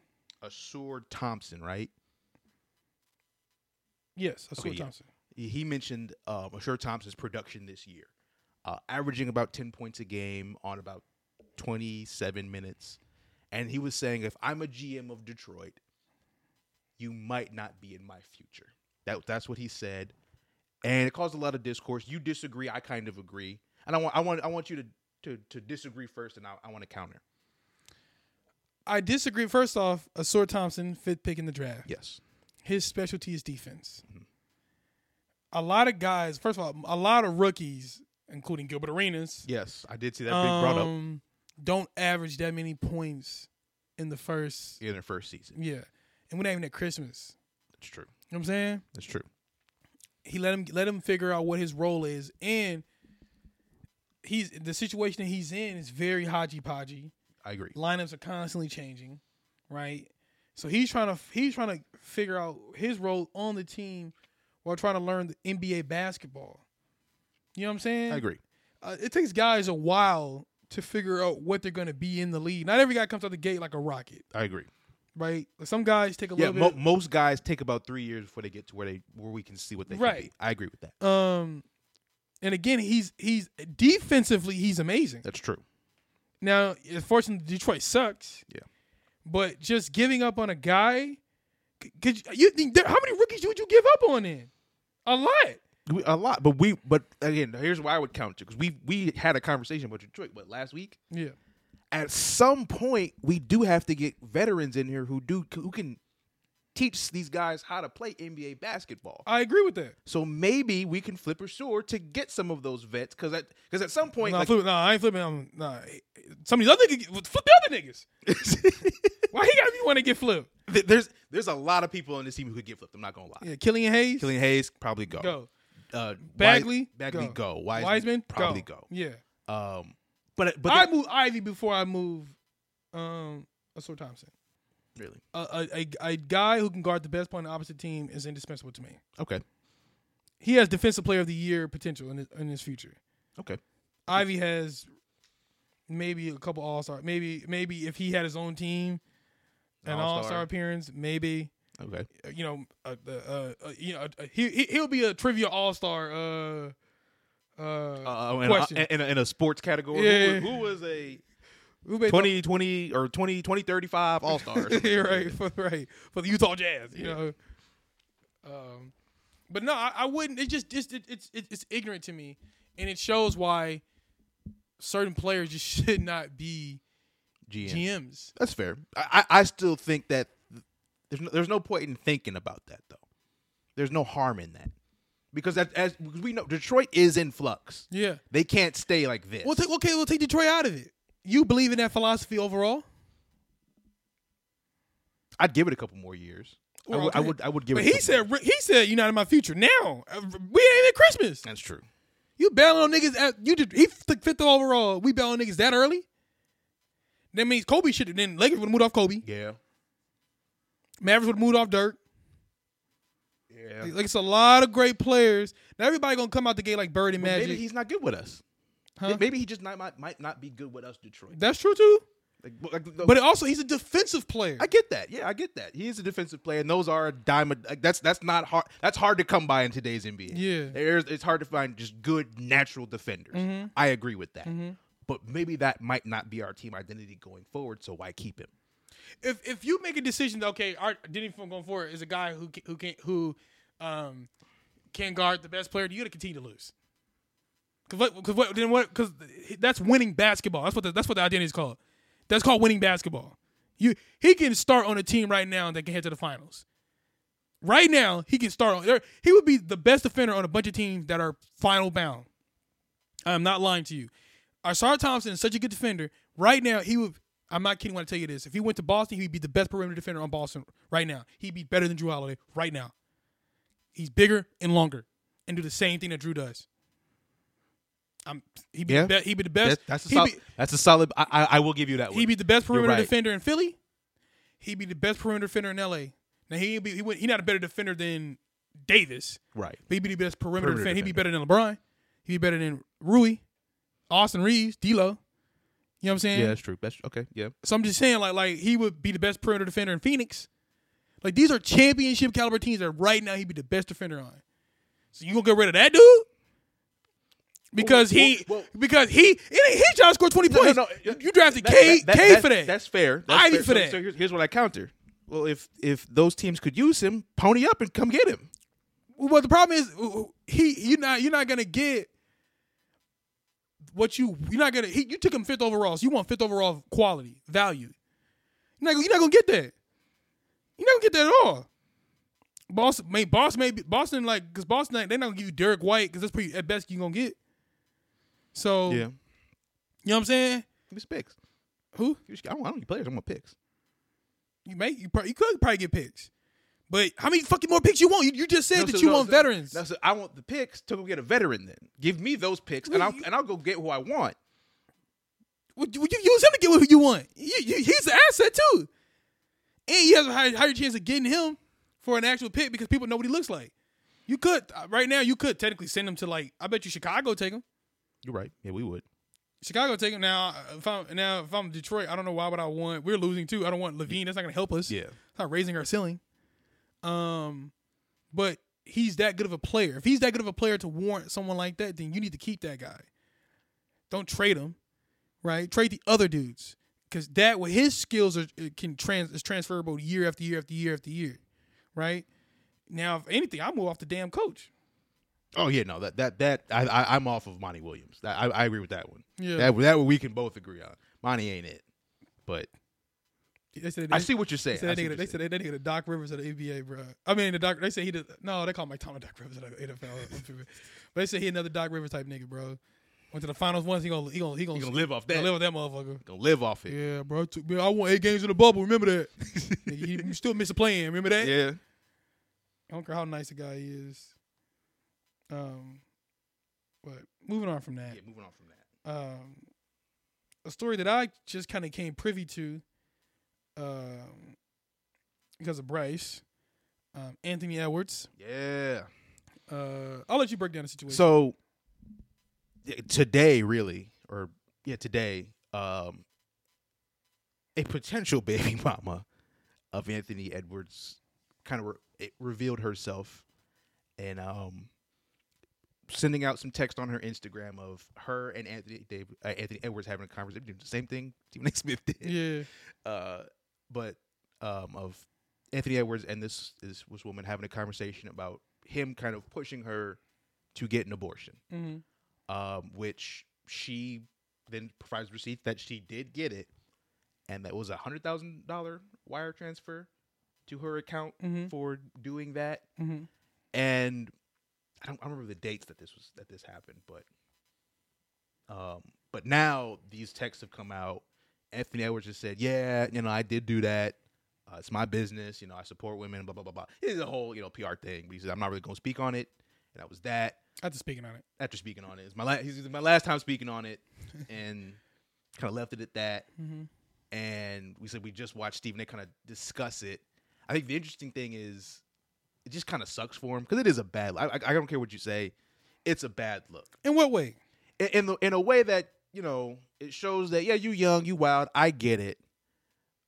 Speaker 2: Asur Thompson, right?
Speaker 1: Yes, a sore
Speaker 2: yeah.
Speaker 1: Thompson.
Speaker 2: he he mentioned um, Ashur Thompson's production this year, uh, averaging about 10 points a game on about 27 minutes. And he was saying, if I'm a GM of Detroit, you might not be in my future. That, that's what he said. And it caused a lot of discourse. You disagree, I kind of agree. And I want, I want, I want you to, to, to disagree first, and I, I want to counter.
Speaker 1: I disagree. First off, Asor Thompson, fifth pick in the draft.
Speaker 2: Yes.
Speaker 1: His specialty is defense.
Speaker 2: Mm-hmm.
Speaker 1: A lot of guys, first of all, a lot of rookies, including Gilbert Arenas,
Speaker 2: Yes. I did see that being brought up
Speaker 1: um, don't average that many points in the first.
Speaker 2: in their first season.
Speaker 1: Yeah. And we're not even at Christmas.
Speaker 2: That's true.
Speaker 1: You know what I'm saying?
Speaker 2: That's true.
Speaker 1: He let him let him figure out what his role is. And he's the situation that he's in is very hodgy podgy.
Speaker 2: I agree.
Speaker 1: lineups are constantly changing, right? So he's trying to he's trying to figure out his role on the team while trying to learn the NBA basketball. You know what I'm saying?
Speaker 2: I agree.
Speaker 1: Uh, it takes guys a while to figure out what they're going to be in the league. Not every guy comes out the gate like a rocket,
Speaker 2: I agree.
Speaker 1: right? Like some guys take a
Speaker 2: Yeah,
Speaker 1: little
Speaker 2: mo-
Speaker 1: bit.
Speaker 2: most guys take about three years before they get to where they where we can see what they
Speaker 1: Right.
Speaker 2: can be. I agree with that.
Speaker 1: um, and again, he's he's defensively he's amazing.
Speaker 2: That's true.
Speaker 1: Now, unfortunately, Detroit sucks.
Speaker 2: Yeah.
Speaker 1: But just giving up on a guy, c- could you, you think there, how many rookies would you give up on? Then a lot.
Speaker 2: We, a lot, but we but again, here's why I would count you because we we had a conversation about Detroit, but last week
Speaker 1: Yeah.
Speaker 2: at some point we do have to get veterans in here who do who can teach these guys how to play NBA basketball.
Speaker 1: I agree with that.
Speaker 2: So maybe we can flip a sword to get some of those vets because at because at some point
Speaker 1: No,
Speaker 2: like,
Speaker 1: flip, no, I ain't flipping. I'm, nah, some of these other niggas flip the other niggas. Why he gotta be one to get flipped?
Speaker 2: (laughs) th- there's there's a lot of people on this team who could get flipped. I'm not gonna lie.
Speaker 1: Yeah, Killian Hayes.
Speaker 2: Killian Hayes probably go.
Speaker 1: go.
Speaker 2: Uh, Wise-
Speaker 1: Bagley?
Speaker 2: Bagley
Speaker 1: Go.
Speaker 2: go. Wiseman,
Speaker 1: Wiseman
Speaker 2: probably go.
Speaker 1: Yeah.
Speaker 2: Um, but but
Speaker 1: I move Ivy before I move um Asor Thompson.
Speaker 2: really
Speaker 1: A, a, a, a guy who can guard the best point on the opposite team is indispensable to me.
Speaker 2: okay
Speaker 1: he has defensive player of the year potential in his, in his future.
Speaker 2: okay
Speaker 1: Ivy has maybe a couple all star. Maybe maybe if he had his own team, an
Speaker 2: All-Star.
Speaker 1: all star appearance, maybe
Speaker 2: okay
Speaker 1: uh, you know uh, uh, uh, uh, you know uh, uh, he he- he'll be a trivia all star. Uh, uh,
Speaker 2: uh, in,
Speaker 1: Question.
Speaker 2: a, in, a, in a sports category
Speaker 1: Yeah.
Speaker 2: who, was, who was a
Speaker 1: who made
Speaker 2: 20 20 or 20 20 35 all
Speaker 1: (laughs)
Speaker 2: star
Speaker 1: the- (laughs) right for right for the Utah Jazz. You know, um, but no, I, I wouldn't. It just just it, it's it, it's ignorant to (laughs) me, and it shows why certain players just should not be
Speaker 2: GMs.
Speaker 1: GMs.
Speaker 2: That's fair. I, I I still think that th- there's no, there's no point in thinking about that though. There's no harm in that because that, as because we know, Detroit is in flux.
Speaker 1: Yeah.
Speaker 2: They can't stay like this.
Speaker 1: We'll take okay, we'll take Detroit out of it. You believe in that philosophy overall?
Speaker 2: I'd give it a couple more years. I
Speaker 1: Well,
Speaker 2: would- I
Speaker 1: okay.
Speaker 2: would. I would give
Speaker 1: But
Speaker 2: it. a
Speaker 1: he
Speaker 2: couple more-
Speaker 1: said he said you're not in my future now. Uh, We ain't even Christmas.
Speaker 2: that's true.
Speaker 1: You bailing on niggas at you did he took fifth overall. We bailing on niggas that early. That means Kobe should have then Lakers would have moved off Kobe.
Speaker 2: Yeah.
Speaker 1: Mavericks would have moved off Dirk.
Speaker 2: Yeah.
Speaker 1: Like, like, it's a lot of great players. Now everybody gonna come out the gate like Bird and
Speaker 2: But
Speaker 1: Magic.
Speaker 2: maybe he's not good with us.
Speaker 1: Huh?
Speaker 2: Maybe he just not, might might not be good with us, Detroit.
Speaker 1: That's true too.
Speaker 2: Like, like, the-
Speaker 1: But it also he's a defensive player.
Speaker 2: I get that. Yeah, I get that. He is a defensive player, and those are a dime. a- Like, that's that's not hard. That's hard to come by in today's NBA.
Speaker 1: Yeah. Mm-hmm.
Speaker 2: There's, it's hard to find just good natural defenders. I agree with that. But maybe that might not be our team identity going forward. So why keep him?
Speaker 1: if if you make a decision that okay, our Denny from going forward is a guy who ca- who can who um can guard the best player, you're gonna continue to lose. Cause what, cause what, then what, cause that's winning basketball. That's what the, that's what the identity is called. That's called winning basketball. You he can start on a team right now that can head to the finals. Right now he can start on there. He would be the best defender on a bunch of teams that are final bound. I am not lying to you. Ashar Thompson is such a good defender. Right now, he would. I'm not kidding when I tell you this. If he went to Boston, he'd be the best perimeter defender on Boston right now. He'd be better than Drew Holiday right now. He's bigger and longer, and do the same thing that Drew does. I'm. He'd be,
Speaker 2: Yeah.
Speaker 1: the, be- he'd be the best.
Speaker 2: That- that's a
Speaker 1: he'd
Speaker 2: solid.
Speaker 1: be-
Speaker 2: that's a solid. I, I I will give you that one.
Speaker 1: He'd be the best perimeter
Speaker 2: right.
Speaker 1: defender in Philly. He'd be the best perimeter defender in LA. Now he'd be he would, he's not a better defender than Davis,
Speaker 2: right.
Speaker 1: but he'd be the best perimeter,
Speaker 2: Perimeter
Speaker 1: defender. He'd be better than LeBron. He'd be better than Rui, Austin Reeves, D'Lo. You know what I'm saying?
Speaker 2: Yeah, that's true. That's okay. Yeah.
Speaker 1: So I'm just saying, like, like he would be the best perimeter defender in Phoenix. Like these are championship caliber teams that right now he'd be the best defender on. So you gonna get rid of that dude? Because he,
Speaker 2: Well, well-
Speaker 1: because he, it ain't his job to score twenty
Speaker 2: No, no,
Speaker 1: points.
Speaker 2: no.
Speaker 1: You- You drafted
Speaker 2: That-
Speaker 1: K,
Speaker 2: that-
Speaker 1: K
Speaker 2: that-
Speaker 1: for that.
Speaker 2: That's fair. That's
Speaker 1: Ivy
Speaker 2: fair.
Speaker 1: for
Speaker 2: So-
Speaker 1: that.
Speaker 2: So here's, here's what I counter. Well, if if those teams could use him, pony up and come get him.
Speaker 1: Well, the problem is uh, he you're not you're not gonna get what you you're not gonna he, you took him fifth overall, so you want fifth overall quality value. You're not, you're not gonna get that. You're not gonna get that at all. Boston, may Boston, maybe Boston, like because Boston, like, they're not gonna give you Derek White because that's pretty at best you gonna get. So you know what I'm saying?
Speaker 2: Give us picks.
Speaker 1: Who
Speaker 2: Give us- I don't, I don't need players. I want picks.
Speaker 1: you may you, probably, you could probably get picks, but how many fucking more picks you want? You, you just said
Speaker 2: No,
Speaker 1: that
Speaker 2: so-
Speaker 1: you
Speaker 2: no,
Speaker 1: want
Speaker 2: so-
Speaker 1: veterans.
Speaker 2: no, so I want the picks to go get a veteran. Then give me those picks, and I'll and I'll go get who I want.
Speaker 1: Would you, would you use him to get what you want? You, you, he's an asset too, and you have a higher, higher chance of getting him for an actual pick because people know what he looks like. You could uh, right now. You could technically send him to like I bet you Chicago take him.
Speaker 2: You're right. Yeah, we would.
Speaker 1: Chicago take him now. uh, If I'm now if I'm Detroit, I don't know why would I want. We're losing too. I don't want Levine. That's not gonna help us.
Speaker 2: Yeah.
Speaker 1: it's not raising our ceiling. Um, but he's that good of a player. If he's that good of a player to warrant someone like that, then you need to keep that guy. Don't trade him, right? Trade the other dudes because that with his skills are it can trans is transferable year after year after year after year, right? Now, if anything, I move off the damn coach.
Speaker 2: Oh yeah, no that that that I, I I'm off of Monty Williams. That, I I agree with that one.
Speaker 1: Yeah.
Speaker 2: that that one we can both agree on. Monty ain't it, but
Speaker 1: They said
Speaker 2: I
Speaker 1: they-
Speaker 2: see what you're saying.
Speaker 1: They
Speaker 2: I
Speaker 1: said, that nigga,
Speaker 2: see what you're
Speaker 1: they
Speaker 2: saying.
Speaker 1: said that nigga the Doc Rivers of the NBA, bro. I mean, the Doc. They said he did. No, they call Mike Tomlin Doc Rivers of the
Speaker 2: (laughs)
Speaker 1: NFL. but they said he another Doc Rivers type nigga, bro. Went to the finals once. He gonna he gonna he gonna,
Speaker 2: You gonna live off that.
Speaker 1: gonna live with that motherfucker.
Speaker 2: Gonna live off it.
Speaker 1: Yeah, bro. I Took, man, I won eight games in the bubble. Remember that?
Speaker 2: (laughs)
Speaker 1: Nigga, you, you still miss a play in. Remember that?
Speaker 2: yeah.
Speaker 1: I don't care how nice the guy is. Um, but moving on from that.
Speaker 2: Yeah, moving on from that.
Speaker 1: um, a story that I just kind of came privy to um, because of Bryce, um, Anthony Edwards.
Speaker 2: Yeah.
Speaker 1: Uh, I'll let you break down the situation.
Speaker 2: So y- today, really, or yeah, today, um, a potential (laughs) baby mama of Anthony Edwards kind of re- it revealed herself, and um, sending out some text on her Instagram of her and Anthony Dav- uh, Anthony Edwards having a conversation. Doing the same thing Stephen A. Smith did
Speaker 1: yeah,
Speaker 2: uh, but um, of Anthony Edwards and this this was woman having a conversation about him kind of pushing her to get an abortion,
Speaker 1: hmm
Speaker 2: um, which she then provides receipts that she did get it, and that was a hundred thousand dollar wire transfer to her account
Speaker 1: Mhm.
Speaker 2: for doing that.
Speaker 1: Mm-hmm.
Speaker 2: And I don't, I don't remember the dates that this was that this happened, but um, but now these texts have come out. Anthony Edwards just said, "Yeah, you know, I did do that. Uh, it's my business. You know, I support women. Blah blah blah blah." It's a whole you know PR thing. But he said, "I'm not really going to speak on it." And that was that
Speaker 1: I just speaking on it.
Speaker 2: after speaking on it. It's my last. It's my last time speaking on it, and kind of left it at that.
Speaker 1: Mm-hmm.
Speaker 2: And we said we just watched Stephen. They kind of discuss it. I think the interesting thing is, it just kind of sucks for him because it is a bad. I, I I don't care what you say, it's a bad look.
Speaker 1: In what way?
Speaker 2: In in, the, in a way that you know it shows that yeah, you young, you wild. I get it,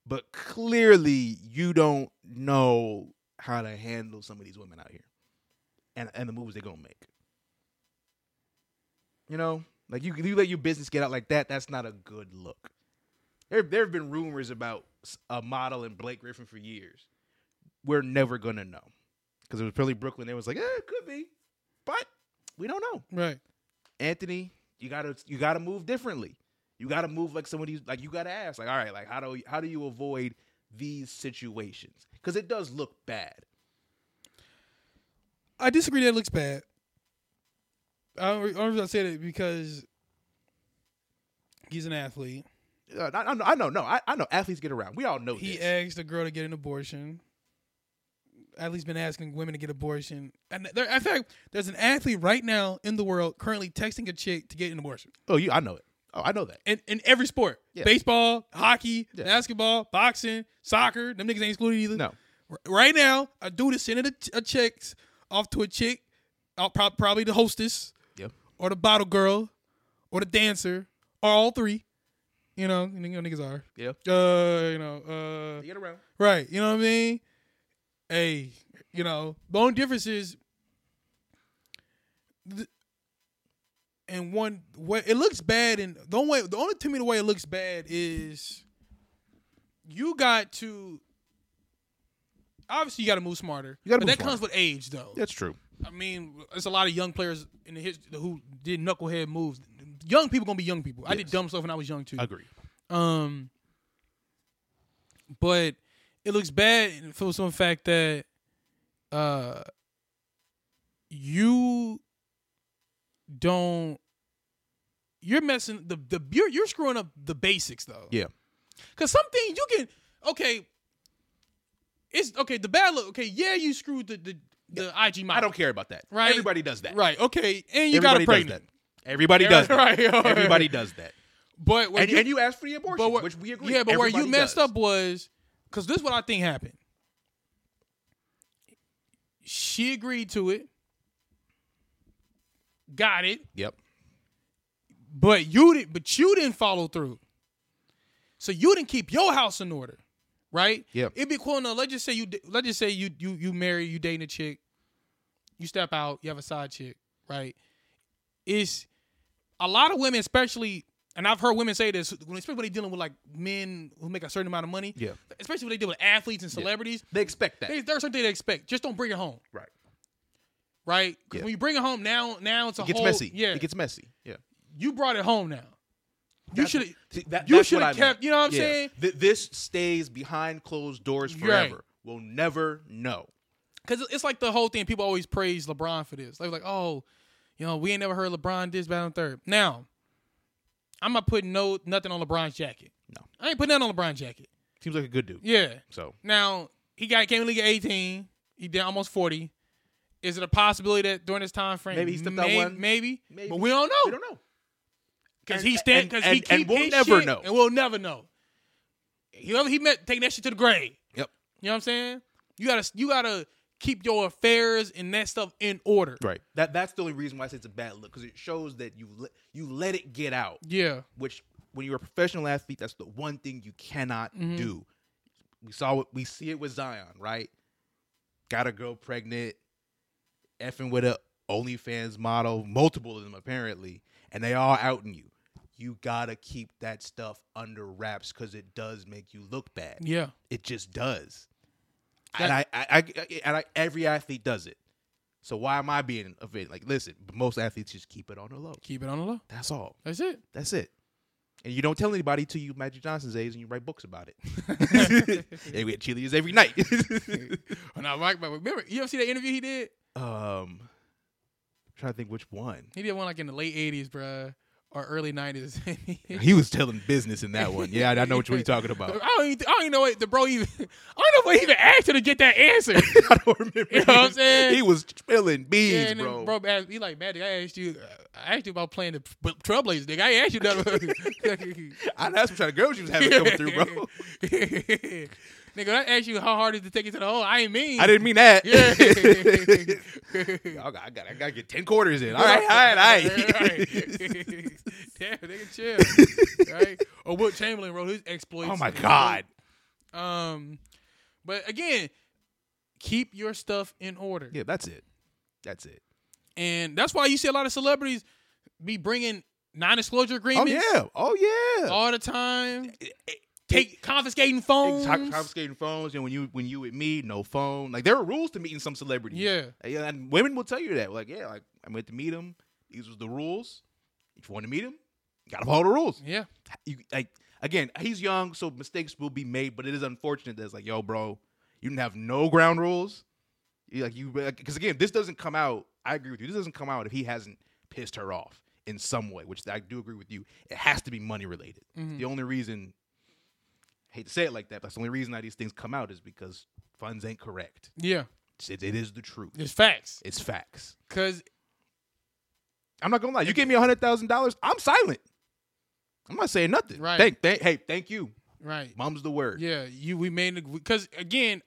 Speaker 2: but clearly you don't know how to handle some of these women out here, and and the moves they're gonna make. You know, like you you let your business get out like that. That's not a good look. There there have been rumors about s- a model and Blake Griffin for years. We're never gonna know because it was probably Brooklyn. They was like, eh, it could be, but we don't know.
Speaker 1: Right.
Speaker 2: Anthony, you gotta you gotta move differently. You gotta move like some of these like you gotta ask like all right like how do how do you avoid these situations because it does look bad.
Speaker 1: I disagree that it looks bad. I don't, I don't know if I said it because he's an athlete.
Speaker 2: Uh, I, I know- I know no I, I know athletes get around. We all know
Speaker 1: He
Speaker 2: this.
Speaker 1: asked a girl to get an abortion. At least been asking women to get abortion. And there, in fact, there's an athlete right now in the world currently texting a chick to get an abortion.
Speaker 2: oh you I know it. Oh I know that.
Speaker 1: In, in every sport.
Speaker 2: Yeah.
Speaker 1: Baseball, hockey,
Speaker 2: Yeah.
Speaker 1: basketball, boxing, soccer. Them niggas ain't excluded either.
Speaker 2: No
Speaker 1: R- Right now, a dude is sending a, ch- a chicks off to a chick, out prob- probably the hostess,
Speaker 2: Yep.
Speaker 1: or the bottle girl, or the dancer, or all three. You know, you know niggas are.
Speaker 2: Yeah.
Speaker 1: Uh, you know, uh,
Speaker 2: They get around.
Speaker 1: right. You know what I mean? Hey, you know, the only difference is, th- and one way it looks bad, and the only way, the only to me the way it looks bad is, you got to. Obviously, you got to move smarter.
Speaker 2: You gotta
Speaker 1: but
Speaker 2: move
Speaker 1: that comes with age, though.
Speaker 2: That's true.
Speaker 1: I mean, there's a lot of young players in the history who did knucklehead moves. Young people gonna be young people. I did
Speaker 2: Yes.
Speaker 1: dumb stuff when I was young too.
Speaker 2: Agree.
Speaker 1: Um, but it looks bad for some fact that uh you don't you're messing the the you're, you're screwing up the basics though.
Speaker 2: Yeah.
Speaker 1: Cause something you can okay. It's okay. The bad look. Okay, yeah, you screwed the the, the IG model.
Speaker 2: I don't care about that.
Speaker 1: Right.
Speaker 2: Everybody does that.
Speaker 1: Right. Okay. And you
Speaker 2: Everybody
Speaker 1: got her
Speaker 2: does
Speaker 1: pregnant.
Speaker 2: that. Everybody does that.
Speaker 1: Right. (laughs)
Speaker 2: Everybody does that.
Speaker 1: But where
Speaker 2: And,
Speaker 1: you,
Speaker 2: and you asked for the abortion,
Speaker 1: where-
Speaker 2: which we agree.
Speaker 1: Yeah, but where you
Speaker 2: Everybody
Speaker 1: messed
Speaker 2: does.
Speaker 1: up was because this is what I think happened. She agreed to it, got it,
Speaker 2: Yep.
Speaker 1: but you didn't. But you didn't follow through. So you didn't keep your house in order, right?
Speaker 2: Yep.
Speaker 1: It'd be cool. No, let's just say you. d- Let's just say you you you marry you dating a chick. You step out. You have a side chick, right? It's a lot of women, especially, and I've heard women say this, when- especially when they're dealing with like men who make a certain amount of money.
Speaker 2: Yeah.
Speaker 1: Especially when they deal with athletes and celebrities,
Speaker 2: They expect that.
Speaker 1: they, there's something they expect. Just don't bring it home,
Speaker 2: right.
Speaker 1: right? 'Cause
Speaker 2: Yeah.
Speaker 1: when you bring it home now, now it's a
Speaker 2: It gets
Speaker 1: whole
Speaker 2: messy.
Speaker 1: Yeah,
Speaker 2: It gets messy. Yeah.
Speaker 1: you brought it home now. You
Speaker 2: That's-
Speaker 1: should.
Speaker 2: see, that-
Speaker 1: you
Speaker 2: that's what
Speaker 1: should have
Speaker 2: I
Speaker 1: kept.
Speaker 2: meant.
Speaker 1: You know what I'm
Speaker 2: Yeah.
Speaker 1: saying?
Speaker 2: Th- this stays behind closed doors
Speaker 1: Right.
Speaker 2: forever. We'll never know.
Speaker 1: Because it's like the whole thing. People always praise LeBron for this. They're like, oh, you know, we ain't never heard LeBron this, bad, and third. Now, I'm not putting no nothing on LeBron's jacket.
Speaker 2: No.
Speaker 1: I ain't putting nothing on LeBron's jacket.
Speaker 2: Seems like a good dude.
Speaker 1: Yeah.
Speaker 2: So
Speaker 1: Now he got came in the league at 18. He did almost 40. Is it a possibility that during this time frame,
Speaker 2: Maybe he stepped out
Speaker 1: may-
Speaker 2: one.
Speaker 1: Maybe,
Speaker 2: Maybe.
Speaker 1: but we don't know
Speaker 2: we don't know.
Speaker 1: because
Speaker 2: And-
Speaker 1: he stand
Speaker 2: and-
Speaker 1: because he
Speaker 2: and- and
Speaker 1: keep
Speaker 2: we'll
Speaker 1: his
Speaker 2: never
Speaker 1: shit,
Speaker 2: know.
Speaker 1: and we'll never know. Whoever he met taking that shit to the grave.
Speaker 2: Yep.
Speaker 1: You know what I'm saying? You gotta you gotta keep your affairs and that stuff in order.
Speaker 2: Right. That that's the only reason why I say it's a bad look because it shows that you let you let it get out.
Speaker 1: Yeah.
Speaker 2: Which when you're a professional athlete, that's the one thing you cannot
Speaker 1: Mhm.
Speaker 2: do. We saw it. We see it with Zion. Right. Got a girl pregnant. Effing with a OnlyFans model, multiple of them apparently, and they all outing you. You gotta keep that stuff under wraps because it does make you look bad.
Speaker 1: Yeah.
Speaker 2: It just does.
Speaker 1: That-
Speaker 2: and I, I, I- and I, every athlete does it. So why am I being a bit like? Listen, most athletes just keep it on the low.
Speaker 1: Keep it on the low.
Speaker 2: That's all.
Speaker 1: That's it.
Speaker 2: That's it. And you don't tell anybody till you Magic Johnson's age and you write books about
Speaker 1: (laughs)
Speaker 2: it. and we had cheerleaders every night. (laughs)
Speaker 1: And I like, but remember, you ever see that interview he did?
Speaker 2: um, trying to think which one.
Speaker 1: He did one like in the late '80s, bruh, or early (laughs) '90s.
Speaker 2: He uh, was telling business in that one. Yeah, I I know which one you're talking
Speaker 1: I (laughs)
Speaker 2: about. (laughs)
Speaker 1: don't, even, I don't even know what the bro even. (laughs) I don't know what he even asked her to get that
Speaker 2: (laughs)
Speaker 1: answer.
Speaker 2: I don't remember.
Speaker 1: You know what I'm saying?
Speaker 2: He was spilling beans,
Speaker 1: yeah, and
Speaker 2: bro.
Speaker 1: then bro, asked, he like, Magic, I asked you, I asked you about playing the b- Trailblazers, nigga. I ain't asked you
Speaker 2: (laughs)
Speaker 1: nothing. (laughs)
Speaker 2: I, that's what kind of girls you was having coming through, bro.
Speaker 1: nigga, when I asked you how hard is it to take it to the hole. I ain't mean. (laughs)
Speaker 2: I didn't mean that. (laughs)
Speaker 1: Yeah.
Speaker 2: I, got, I, got, I got to get 10 quarters in. (laughs) All right, all right, all
Speaker 1: (laughs)
Speaker 2: right.
Speaker 1: Damn, nigga, chill. right? Or Will Chamberlain wrote his exploits.
Speaker 2: (laughs) oh,
Speaker 1: (laughs)
Speaker 2: my God.
Speaker 1: Um, but again, keep your stuff in order,
Speaker 2: Yeah, that's it. That's it.
Speaker 1: and that's why you see a lot of celebrities be bringing non-disclosure
Speaker 2: Oh,
Speaker 1: agreements
Speaker 2: yeah. Eh, Oh, yeah.
Speaker 1: all the time.
Speaker 2: It- it-
Speaker 1: Take confiscating phones.
Speaker 2: Top, confiscating phones, and when you when you with me, no phone. Like there are rules to meeting some celebrities.
Speaker 1: yeah,
Speaker 2: Yeah, and women will tell you that. Like, yeah, like I went to meet him. These was the rules. If you want to meet him, you gotta follow the rules.
Speaker 1: yeah.
Speaker 2: You, like again, he's young, so mistakes will be made. But it is unfortunate that it's like, yo, bro, you didn't have no ground rules. You, like you, because again, this doesn't come out. I agree with you. This doesn't come out if he hasn't pissed her off in some way, which I do agree with you. It has to be money related. The only reason, hate to say it like that, but that's the only reason that these things come out is because funds ain't correct.
Speaker 1: Yeah,
Speaker 2: It's- It, it is the truth.
Speaker 1: it's facts.
Speaker 2: It's facts.
Speaker 1: Cause
Speaker 2: I'm not gonna lie. You give me a hundred thousand dollars, I'm silent. I'm not saying nothing.
Speaker 1: Right.
Speaker 2: Thank, thank, hey, thank you.
Speaker 1: right,
Speaker 2: Mom's the word.
Speaker 1: yeah, you we made an because again,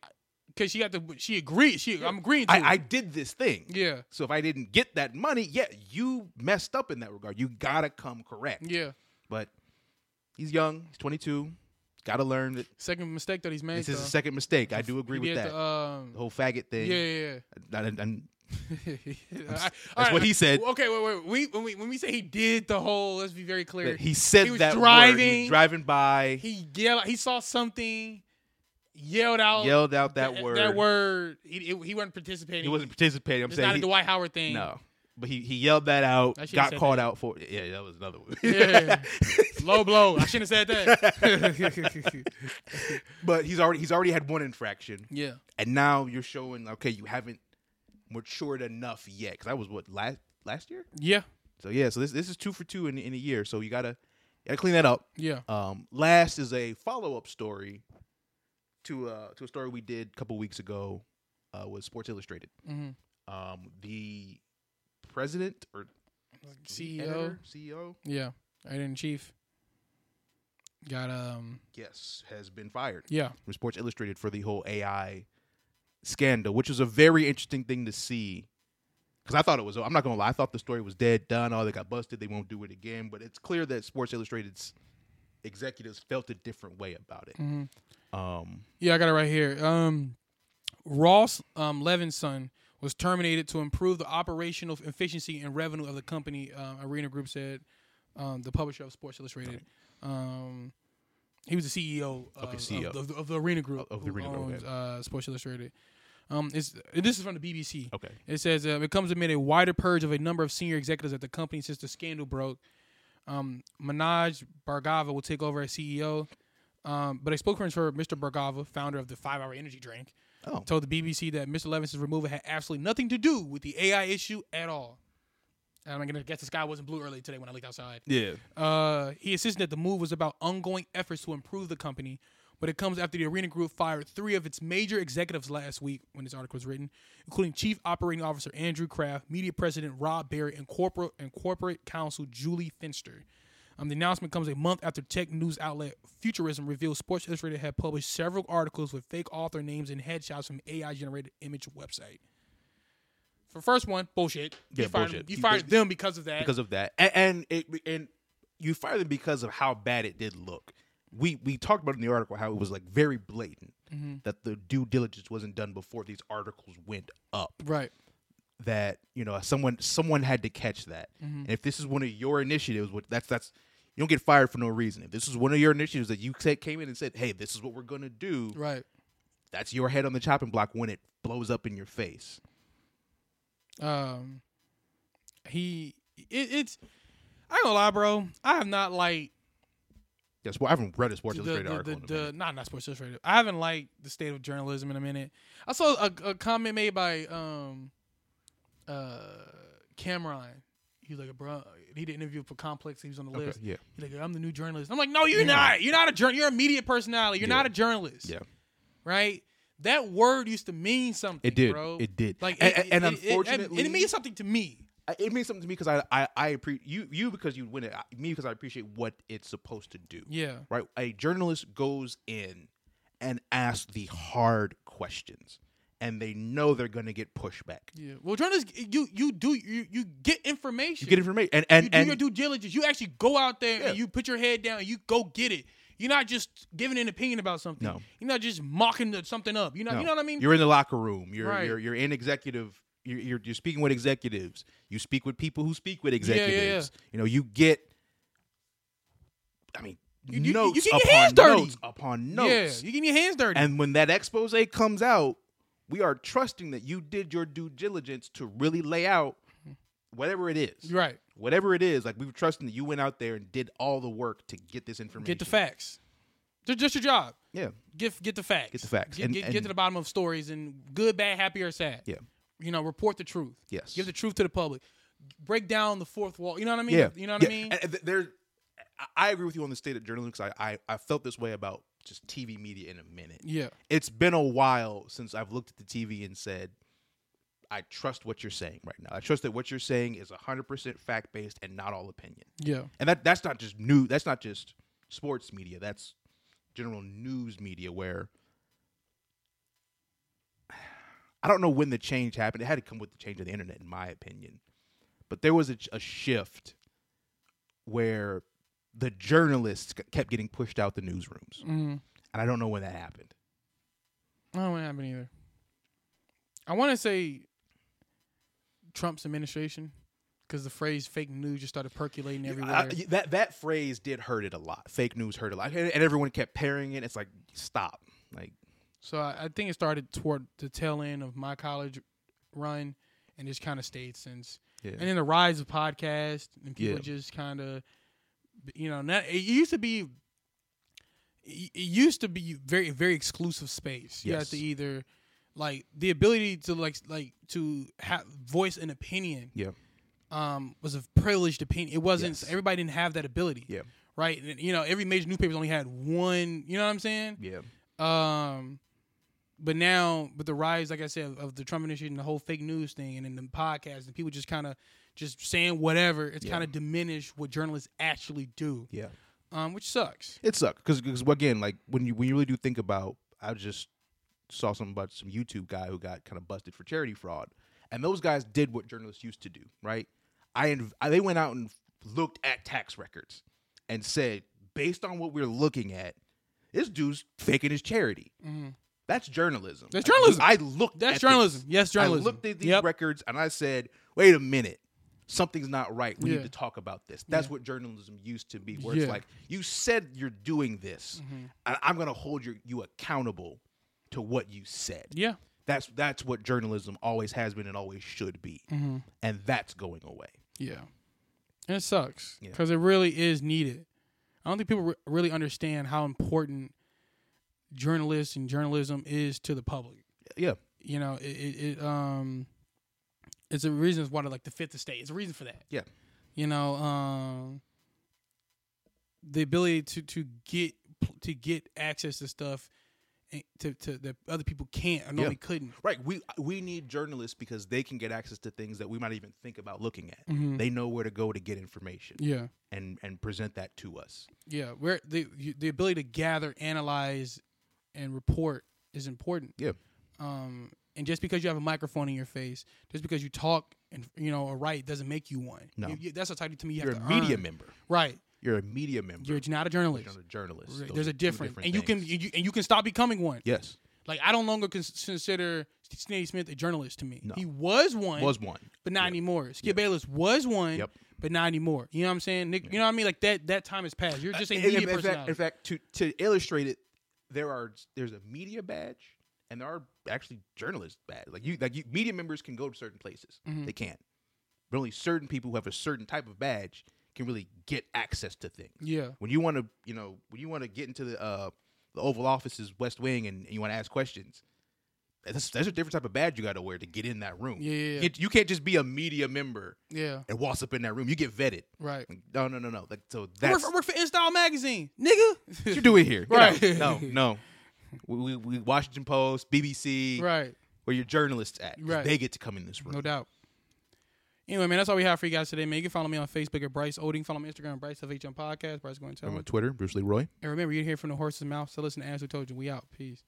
Speaker 1: because she got the she agreed. She I'm agreeing to. it.
Speaker 2: I, I did this thing.
Speaker 1: yeah,
Speaker 2: So if I didn't get that money, yeah, you messed up in that regard. You gotta come correct.
Speaker 1: yeah.
Speaker 2: But he's young. He's 22. Gotta learn that
Speaker 1: Second mistake that he's made.
Speaker 2: this is
Speaker 1: though.
Speaker 2: his second mistake. I do agree
Speaker 1: He did
Speaker 2: with that.
Speaker 1: The, um,
Speaker 2: the whole faggot thing.
Speaker 1: yeah, yeah, (laughs) yeah.
Speaker 2: I- I- I-
Speaker 1: that's
Speaker 2: what he said.
Speaker 1: Okay, wait, wait. We when we when we say he did the whole, let's be very clear.
Speaker 2: that he said
Speaker 1: He was
Speaker 2: that word. He
Speaker 1: driving.
Speaker 2: was driving by.
Speaker 1: he yelled. He saw something, yelled out,
Speaker 2: yelled out that,
Speaker 1: th-
Speaker 2: word.
Speaker 1: That word. He, it- he wasn't participating.
Speaker 2: He wasn't participating. I'm
Speaker 1: It's
Speaker 2: saying
Speaker 1: not
Speaker 2: he-
Speaker 1: a Dwight Howard thing.
Speaker 2: No. But he, he yelled that out,
Speaker 1: I should've
Speaker 2: got
Speaker 1: said
Speaker 2: called out for it. Yeah, that was another one. (laughs)
Speaker 1: Yeah. Low blow. I shouldn't have said
Speaker 2: (laughs)
Speaker 1: that. (laughs)
Speaker 2: but he's already he's already had one infraction.
Speaker 1: yeah.
Speaker 2: And now you're showing okay, you haven't matured enough yet. Cause I was what, last last year?
Speaker 1: Yeah.
Speaker 2: So yeah, so this this is two for two in in a year. So you gotta you gotta clean that up.
Speaker 1: Yeah.
Speaker 2: Um last is a follow up story to uh to a story we did a couple weeks ago uh with Sports Illustrated.
Speaker 1: Mm-hmm.
Speaker 2: Um the president or
Speaker 1: CEO.
Speaker 2: editor, E
Speaker 1: E
Speaker 2: CEO
Speaker 1: Yeah. Editor in chief. Got um.
Speaker 2: yes has been fired.
Speaker 1: Yeah.
Speaker 2: from Sports Illustrated for the whole AI scandal, which was a very interesting thing to see. Because I thought it was, I'm not going to lie, I thought the story was dead, done. Oh, they got busted. They won't do it again. But it's clear that Sports Illustrated's executives felt a different way about it.
Speaker 1: Mm-hmm.
Speaker 2: Um,
Speaker 1: Yeah, I got it right here. Um, Ross um, Levinson was terminated to improve the operational efficiency and revenue of the company. Um, Arena Group said, um, the publisher of Sports Illustrated. Um, he was the CEO, of,
Speaker 2: Okay, CEO.
Speaker 1: Of, the, of the Arena Group,
Speaker 2: Of- of the
Speaker 1: who
Speaker 2: Arena Group,
Speaker 1: owns,
Speaker 2: okay.
Speaker 1: uh, Sports Illustrated. Um, it's, this is from the BBC.
Speaker 2: okay.
Speaker 1: It says uh, it comes amid a wider purge of a number of senior executives at the company since the scandal broke. Um, Manaj Bhargava will take over as CEO, um, but a spokesperson for Mr. Bhargava, founder of the Five Hour Energy Drink,
Speaker 2: Oh,
Speaker 1: told the BBC that Mr. Levinson's removal had absolutely nothing to do with the AI issue at all. And I'm gonna guess the sky wasn't blue early today when I looked outside.
Speaker 2: yeah.
Speaker 1: Uh, he insisted that the move was about ongoing efforts to improve the company, but it comes after the Arena Group fired three of its major executives last week when this article was written, including Chief Operating Officer Andrew Kraft, Media President Rob Barry, and Corporate and Corporate Counsel Julie Finster. Um, the announcement comes a month after tech news outlet Futurism revealed Sports Illustrated had published several articles with fake author names and headshots from AI-generated image website. For first one, bullshit.
Speaker 2: Yeah,
Speaker 1: you fired,
Speaker 2: bullshit.
Speaker 1: You
Speaker 2: You-
Speaker 1: fired them because of that.
Speaker 2: Because of that. And, and, it, and you fired them because of how bad it did look. We, we talked about in the article how it was like very blatant that the due diligence wasn't done before these articles went up.
Speaker 1: right.
Speaker 2: that you know someone someone had to catch that
Speaker 1: Mm-hmm.
Speaker 2: and if this is one of your initiatives which that's that's you don't get fired for no reason if this is one of your initiatives that you said came in and said hey this is what we're going to do
Speaker 1: Right.
Speaker 2: that's your head on the chopping block when it blows up in your face
Speaker 1: um he it, it's I ain't gonna lie, bro. I have not like
Speaker 2: Yeah, sport, I haven't read a Sports
Speaker 1: the,
Speaker 2: Illustrated
Speaker 1: the-
Speaker 2: article.
Speaker 1: the-
Speaker 2: in a
Speaker 1: the-
Speaker 2: minute.
Speaker 1: not not Sports Illustrated. I haven't liked the state of journalism in a minute. I saw a, a comment made by um, uh, Cameron. He was like, "Bro, he did an interview for Complex. He was on the
Speaker 2: Okay,
Speaker 1: list.
Speaker 2: yeah.
Speaker 1: He's like, I'm the new journalist. I'm like, no, you're
Speaker 2: Yeah.
Speaker 1: not. You're not a journal. You're a media personality. You're
Speaker 2: Yeah.
Speaker 1: not a journalist.
Speaker 2: Yeah.
Speaker 1: Right. That word used to mean something.
Speaker 2: It did.
Speaker 1: Bro.
Speaker 2: It did.
Speaker 1: Like,
Speaker 2: and,
Speaker 1: it,
Speaker 2: and
Speaker 1: it- it- it-
Speaker 2: unfortunately,
Speaker 1: it, means something to me.
Speaker 2: I- it means something to me because I I, I appreciate you you because you win it. I- Me because I appreciate what it's supposed to do.
Speaker 1: Yeah.
Speaker 2: Right. A journalist goes in and asks the hard questions, and they know they're going to get pushback.
Speaker 1: Yeah. Well, journalists, you you do you you get information.
Speaker 2: You get information, and and
Speaker 1: you do
Speaker 2: and
Speaker 1: your due diligence. You actually go out there
Speaker 2: Yeah.
Speaker 1: and you put your head down and you go get it. You're not just giving an opinion about something.
Speaker 2: No.
Speaker 1: You're not just mocking the- something up. You know,
Speaker 2: no,
Speaker 1: you know what I mean?
Speaker 2: You're in the locker room. You're
Speaker 1: Right.
Speaker 2: you're you're in executive. You're, you're you're speaking with executives. You speak with people who speak with
Speaker 1: yeah, yeah.
Speaker 2: executives. You know, you get. I mean,
Speaker 1: You- you-
Speaker 2: notes
Speaker 1: you get your
Speaker 2: upon
Speaker 1: hands dirty.
Speaker 2: notes upon notes.
Speaker 1: Yeah, you get your hands dirty.
Speaker 2: And when that expose comes out, we are trusting that you did your due diligence to really lay out whatever it is.
Speaker 1: You're right.
Speaker 2: Whatever it is, like we were trusting that you went out there and did all the work to get this information.
Speaker 1: Get the facts. Ju- Just your job.
Speaker 2: Yeah.
Speaker 1: Get get the facts.
Speaker 2: Get the facts.
Speaker 1: Get,
Speaker 2: And-
Speaker 1: get,
Speaker 2: and-
Speaker 1: get to the bottom of stories and good, bad, happy or sad.
Speaker 2: Yeah.
Speaker 1: You know, report the truth.
Speaker 2: Yes.
Speaker 1: Give the truth to the public. Break down the fourth wall. You know what I mean?
Speaker 2: Yeah.
Speaker 1: You know what
Speaker 2: yeah.
Speaker 1: I mean?
Speaker 2: And th- there, I- I agree with you on the state of journalism because I, I, I felt this way about just TV media in a minute.
Speaker 1: yeah.
Speaker 2: It's been a while since I've looked at the TV and said, I trust what you're saying right now. I trust that what you're saying is 100% fact based and not all opinion.
Speaker 1: Yeah.
Speaker 2: and that that's not just new that's not just sports media that's general news media where i don't know when the change happened it had to come with the change of the internet in my opinion but there was a, a shift where the journalists c- kept getting pushed out the newsrooms
Speaker 1: Mm.
Speaker 2: and i don't know when that happened
Speaker 1: I don't want to happen either. I want to say Trump's administration because the phrase "fake news" just started percolating everywhere.
Speaker 2: I- I- that that phrase did hurt it a lot fake news hurt a lot and, and everyone kept pairing it it's like stop like
Speaker 1: so I, I think it started toward the tail end of my college run, and just kind of stayed since.
Speaker 2: yeah
Speaker 1: And then the rise of podcasts and people
Speaker 2: Yeah.
Speaker 1: just kind of, you know, not, it used to be. It it used to be very very exclusive space. You have
Speaker 2: Yes.
Speaker 1: to either, like, the ability to like like to have voice an opinion
Speaker 2: yeah
Speaker 1: um, was a privileged opinion. It wasn't
Speaker 2: Yes.
Speaker 1: everybody didn't have that ability.
Speaker 2: Yeah.
Speaker 1: Right. And, you know, every major newspaper's only had one. You know what I'm saying?
Speaker 2: yeah
Speaker 1: Um, but now, with the rise, like I said, of, of the Trump administration, the whole fake news thing, and then the podcast, and people just kind of just saying whatever, it's
Speaker 2: Yeah.
Speaker 1: kind of diminished what journalists actually do,
Speaker 2: yeah
Speaker 1: um, which sucks.
Speaker 2: It sucks because again, like when you when you really do think about, I just saw something about some YouTube guy who got kind of busted for charity fraud, and those guys did what journalists used to do, right? I, inv- I they went out and looked at tax records and said, based on what we're looking at, this dude's faking his charity.
Speaker 1: Mhm.
Speaker 2: That's journalism.
Speaker 1: That's
Speaker 2: Like,
Speaker 1: journalism.
Speaker 2: I looked.
Speaker 1: That's
Speaker 2: at
Speaker 1: journalism.
Speaker 2: this.
Speaker 1: Yes, journalism.
Speaker 2: I looked at these
Speaker 1: Yep.
Speaker 2: records and I said, wait a minute. Something's not right. We
Speaker 1: Yeah.
Speaker 2: need to talk about this. That's
Speaker 1: Yeah.
Speaker 2: what journalism used to be, where it's
Speaker 1: Yeah.
Speaker 2: like you said you're doing this,
Speaker 1: Mm-hmm.
Speaker 2: and I'm going to hold your, you accountable to what you said.
Speaker 1: Yeah.
Speaker 2: That's that's what journalism always has been and always should be,
Speaker 1: Mm-hmm.
Speaker 2: and that's going away.
Speaker 1: Yeah. And it sucks
Speaker 2: Yeah.
Speaker 1: because it really is needed. I don't think people re- really understand how important journalists and journalism is to the public.
Speaker 2: Yeah,
Speaker 1: you know, it, it, it um, it's a reason why like the fifth estate. It's a reason for that.
Speaker 2: Yeah.
Speaker 1: You know, um, the ability to to get to get access to stuff and to to that other people can't or
Speaker 2: Yeah.
Speaker 1: normally couldn't.
Speaker 2: right. We we need journalists because they can get access to things that we might even think about looking at.
Speaker 1: Mhm.
Speaker 2: They know where to go to get information
Speaker 1: Yeah.
Speaker 2: and and present that to us.
Speaker 1: Yeah. Where the you- the ability to gather, analyze, and report is important.
Speaker 2: Yeah.
Speaker 1: Um, and just because you have a microphone in your face, just because you talk and you know or write, doesn't make you one.
Speaker 2: No.
Speaker 1: You- you- that's the type of to me you
Speaker 2: You're
Speaker 1: have
Speaker 2: a
Speaker 1: to
Speaker 2: media
Speaker 1: earn.
Speaker 2: member.
Speaker 1: right?
Speaker 2: You're a media member.
Speaker 1: uh, You're not a journalist.
Speaker 2: You're not a journalist.
Speaker 1: Right,
Speaker 2: Those
Speaker 1: There's
Speaker 2: are
Speaker 1: a
Speaker 2: two
Speaker 1: difference, and you can
Speaker 2: things.
Speaker 1: you, and you can stop becoming one.
Speaker 2: yes
Speaker 1: Like I don't longer cons- consider Steve Smith a journalist to me.
Speaker 2: No.
Speaker 1: He was one,
Speaker 2: was one.
Speaker 1: but not
Speaker 2: yeah.
Speaker 1: anymore. Skip Bayless was one,
Speaker 2: Yep.
Speaker 1: but not anymore. You know what I'm saying? Nick, You know what I mean? Like that that time has passed. You're just a
Speaker 2: Uh, In-
Speaker 1: media
Speaker 2: in, in fact,
Speaker 1: personality.
Speaker 2: in fact, to to illustrate it, there are there's a media badge and there are actually journalist badge. Like you, like you,
Speaker 1: Mm-hmm.
Speaker 2: media members can go to certain places. They can't. But only certain people who have a certain type of badge can really get access to things.
Speaker 1: Yeah.
Speaker 2: When you want to, you know, when you want to get into the uh, the Oval Office's West Wing and, and you want to ask questions, that's that's a different type of badge you got to wear to get in that room.
Speaker 1: Yeah, yeah, yeah.
Speaker 2: You, can't- you can't just be a media member
Speaker 1: Yeah.
Speaker 2: and waltz up in that room. You get vetted.
Speaker 1: Right.
Speaker 2: Like, no, no, no, no. Like so
Speaker 1: I work,
Speaker 2: that's
Speaker 1: for, I work for InStyle magazine, nigga. (laughs)
Speaker 2: what you do it here. Get
Speaker 1: Right. (laughs)
Speaker 2: out. No, no. We, we, we Washington Post, BBC,
Speaker 1: right.
Speaker 2: where your journalists at. 'cause
Speaker 1: Right.
Speaker 2: They get to come in this room.
Speaker 1: No doubt. Anyway, man, that's all we have for you guys today, man. You can follow me on Facebook at Bryce Oding. Follow me on Instagram, Bryce FHM Podcast. Bryce going to tell
Speaker 2: I'm on
Speaker 1: me.
Speaker 2: Twitter, Bruce Leroy.
Speaker 1: And remember, you hear it from the horse's mouth. So listen to Answer Told You. We out. Peace.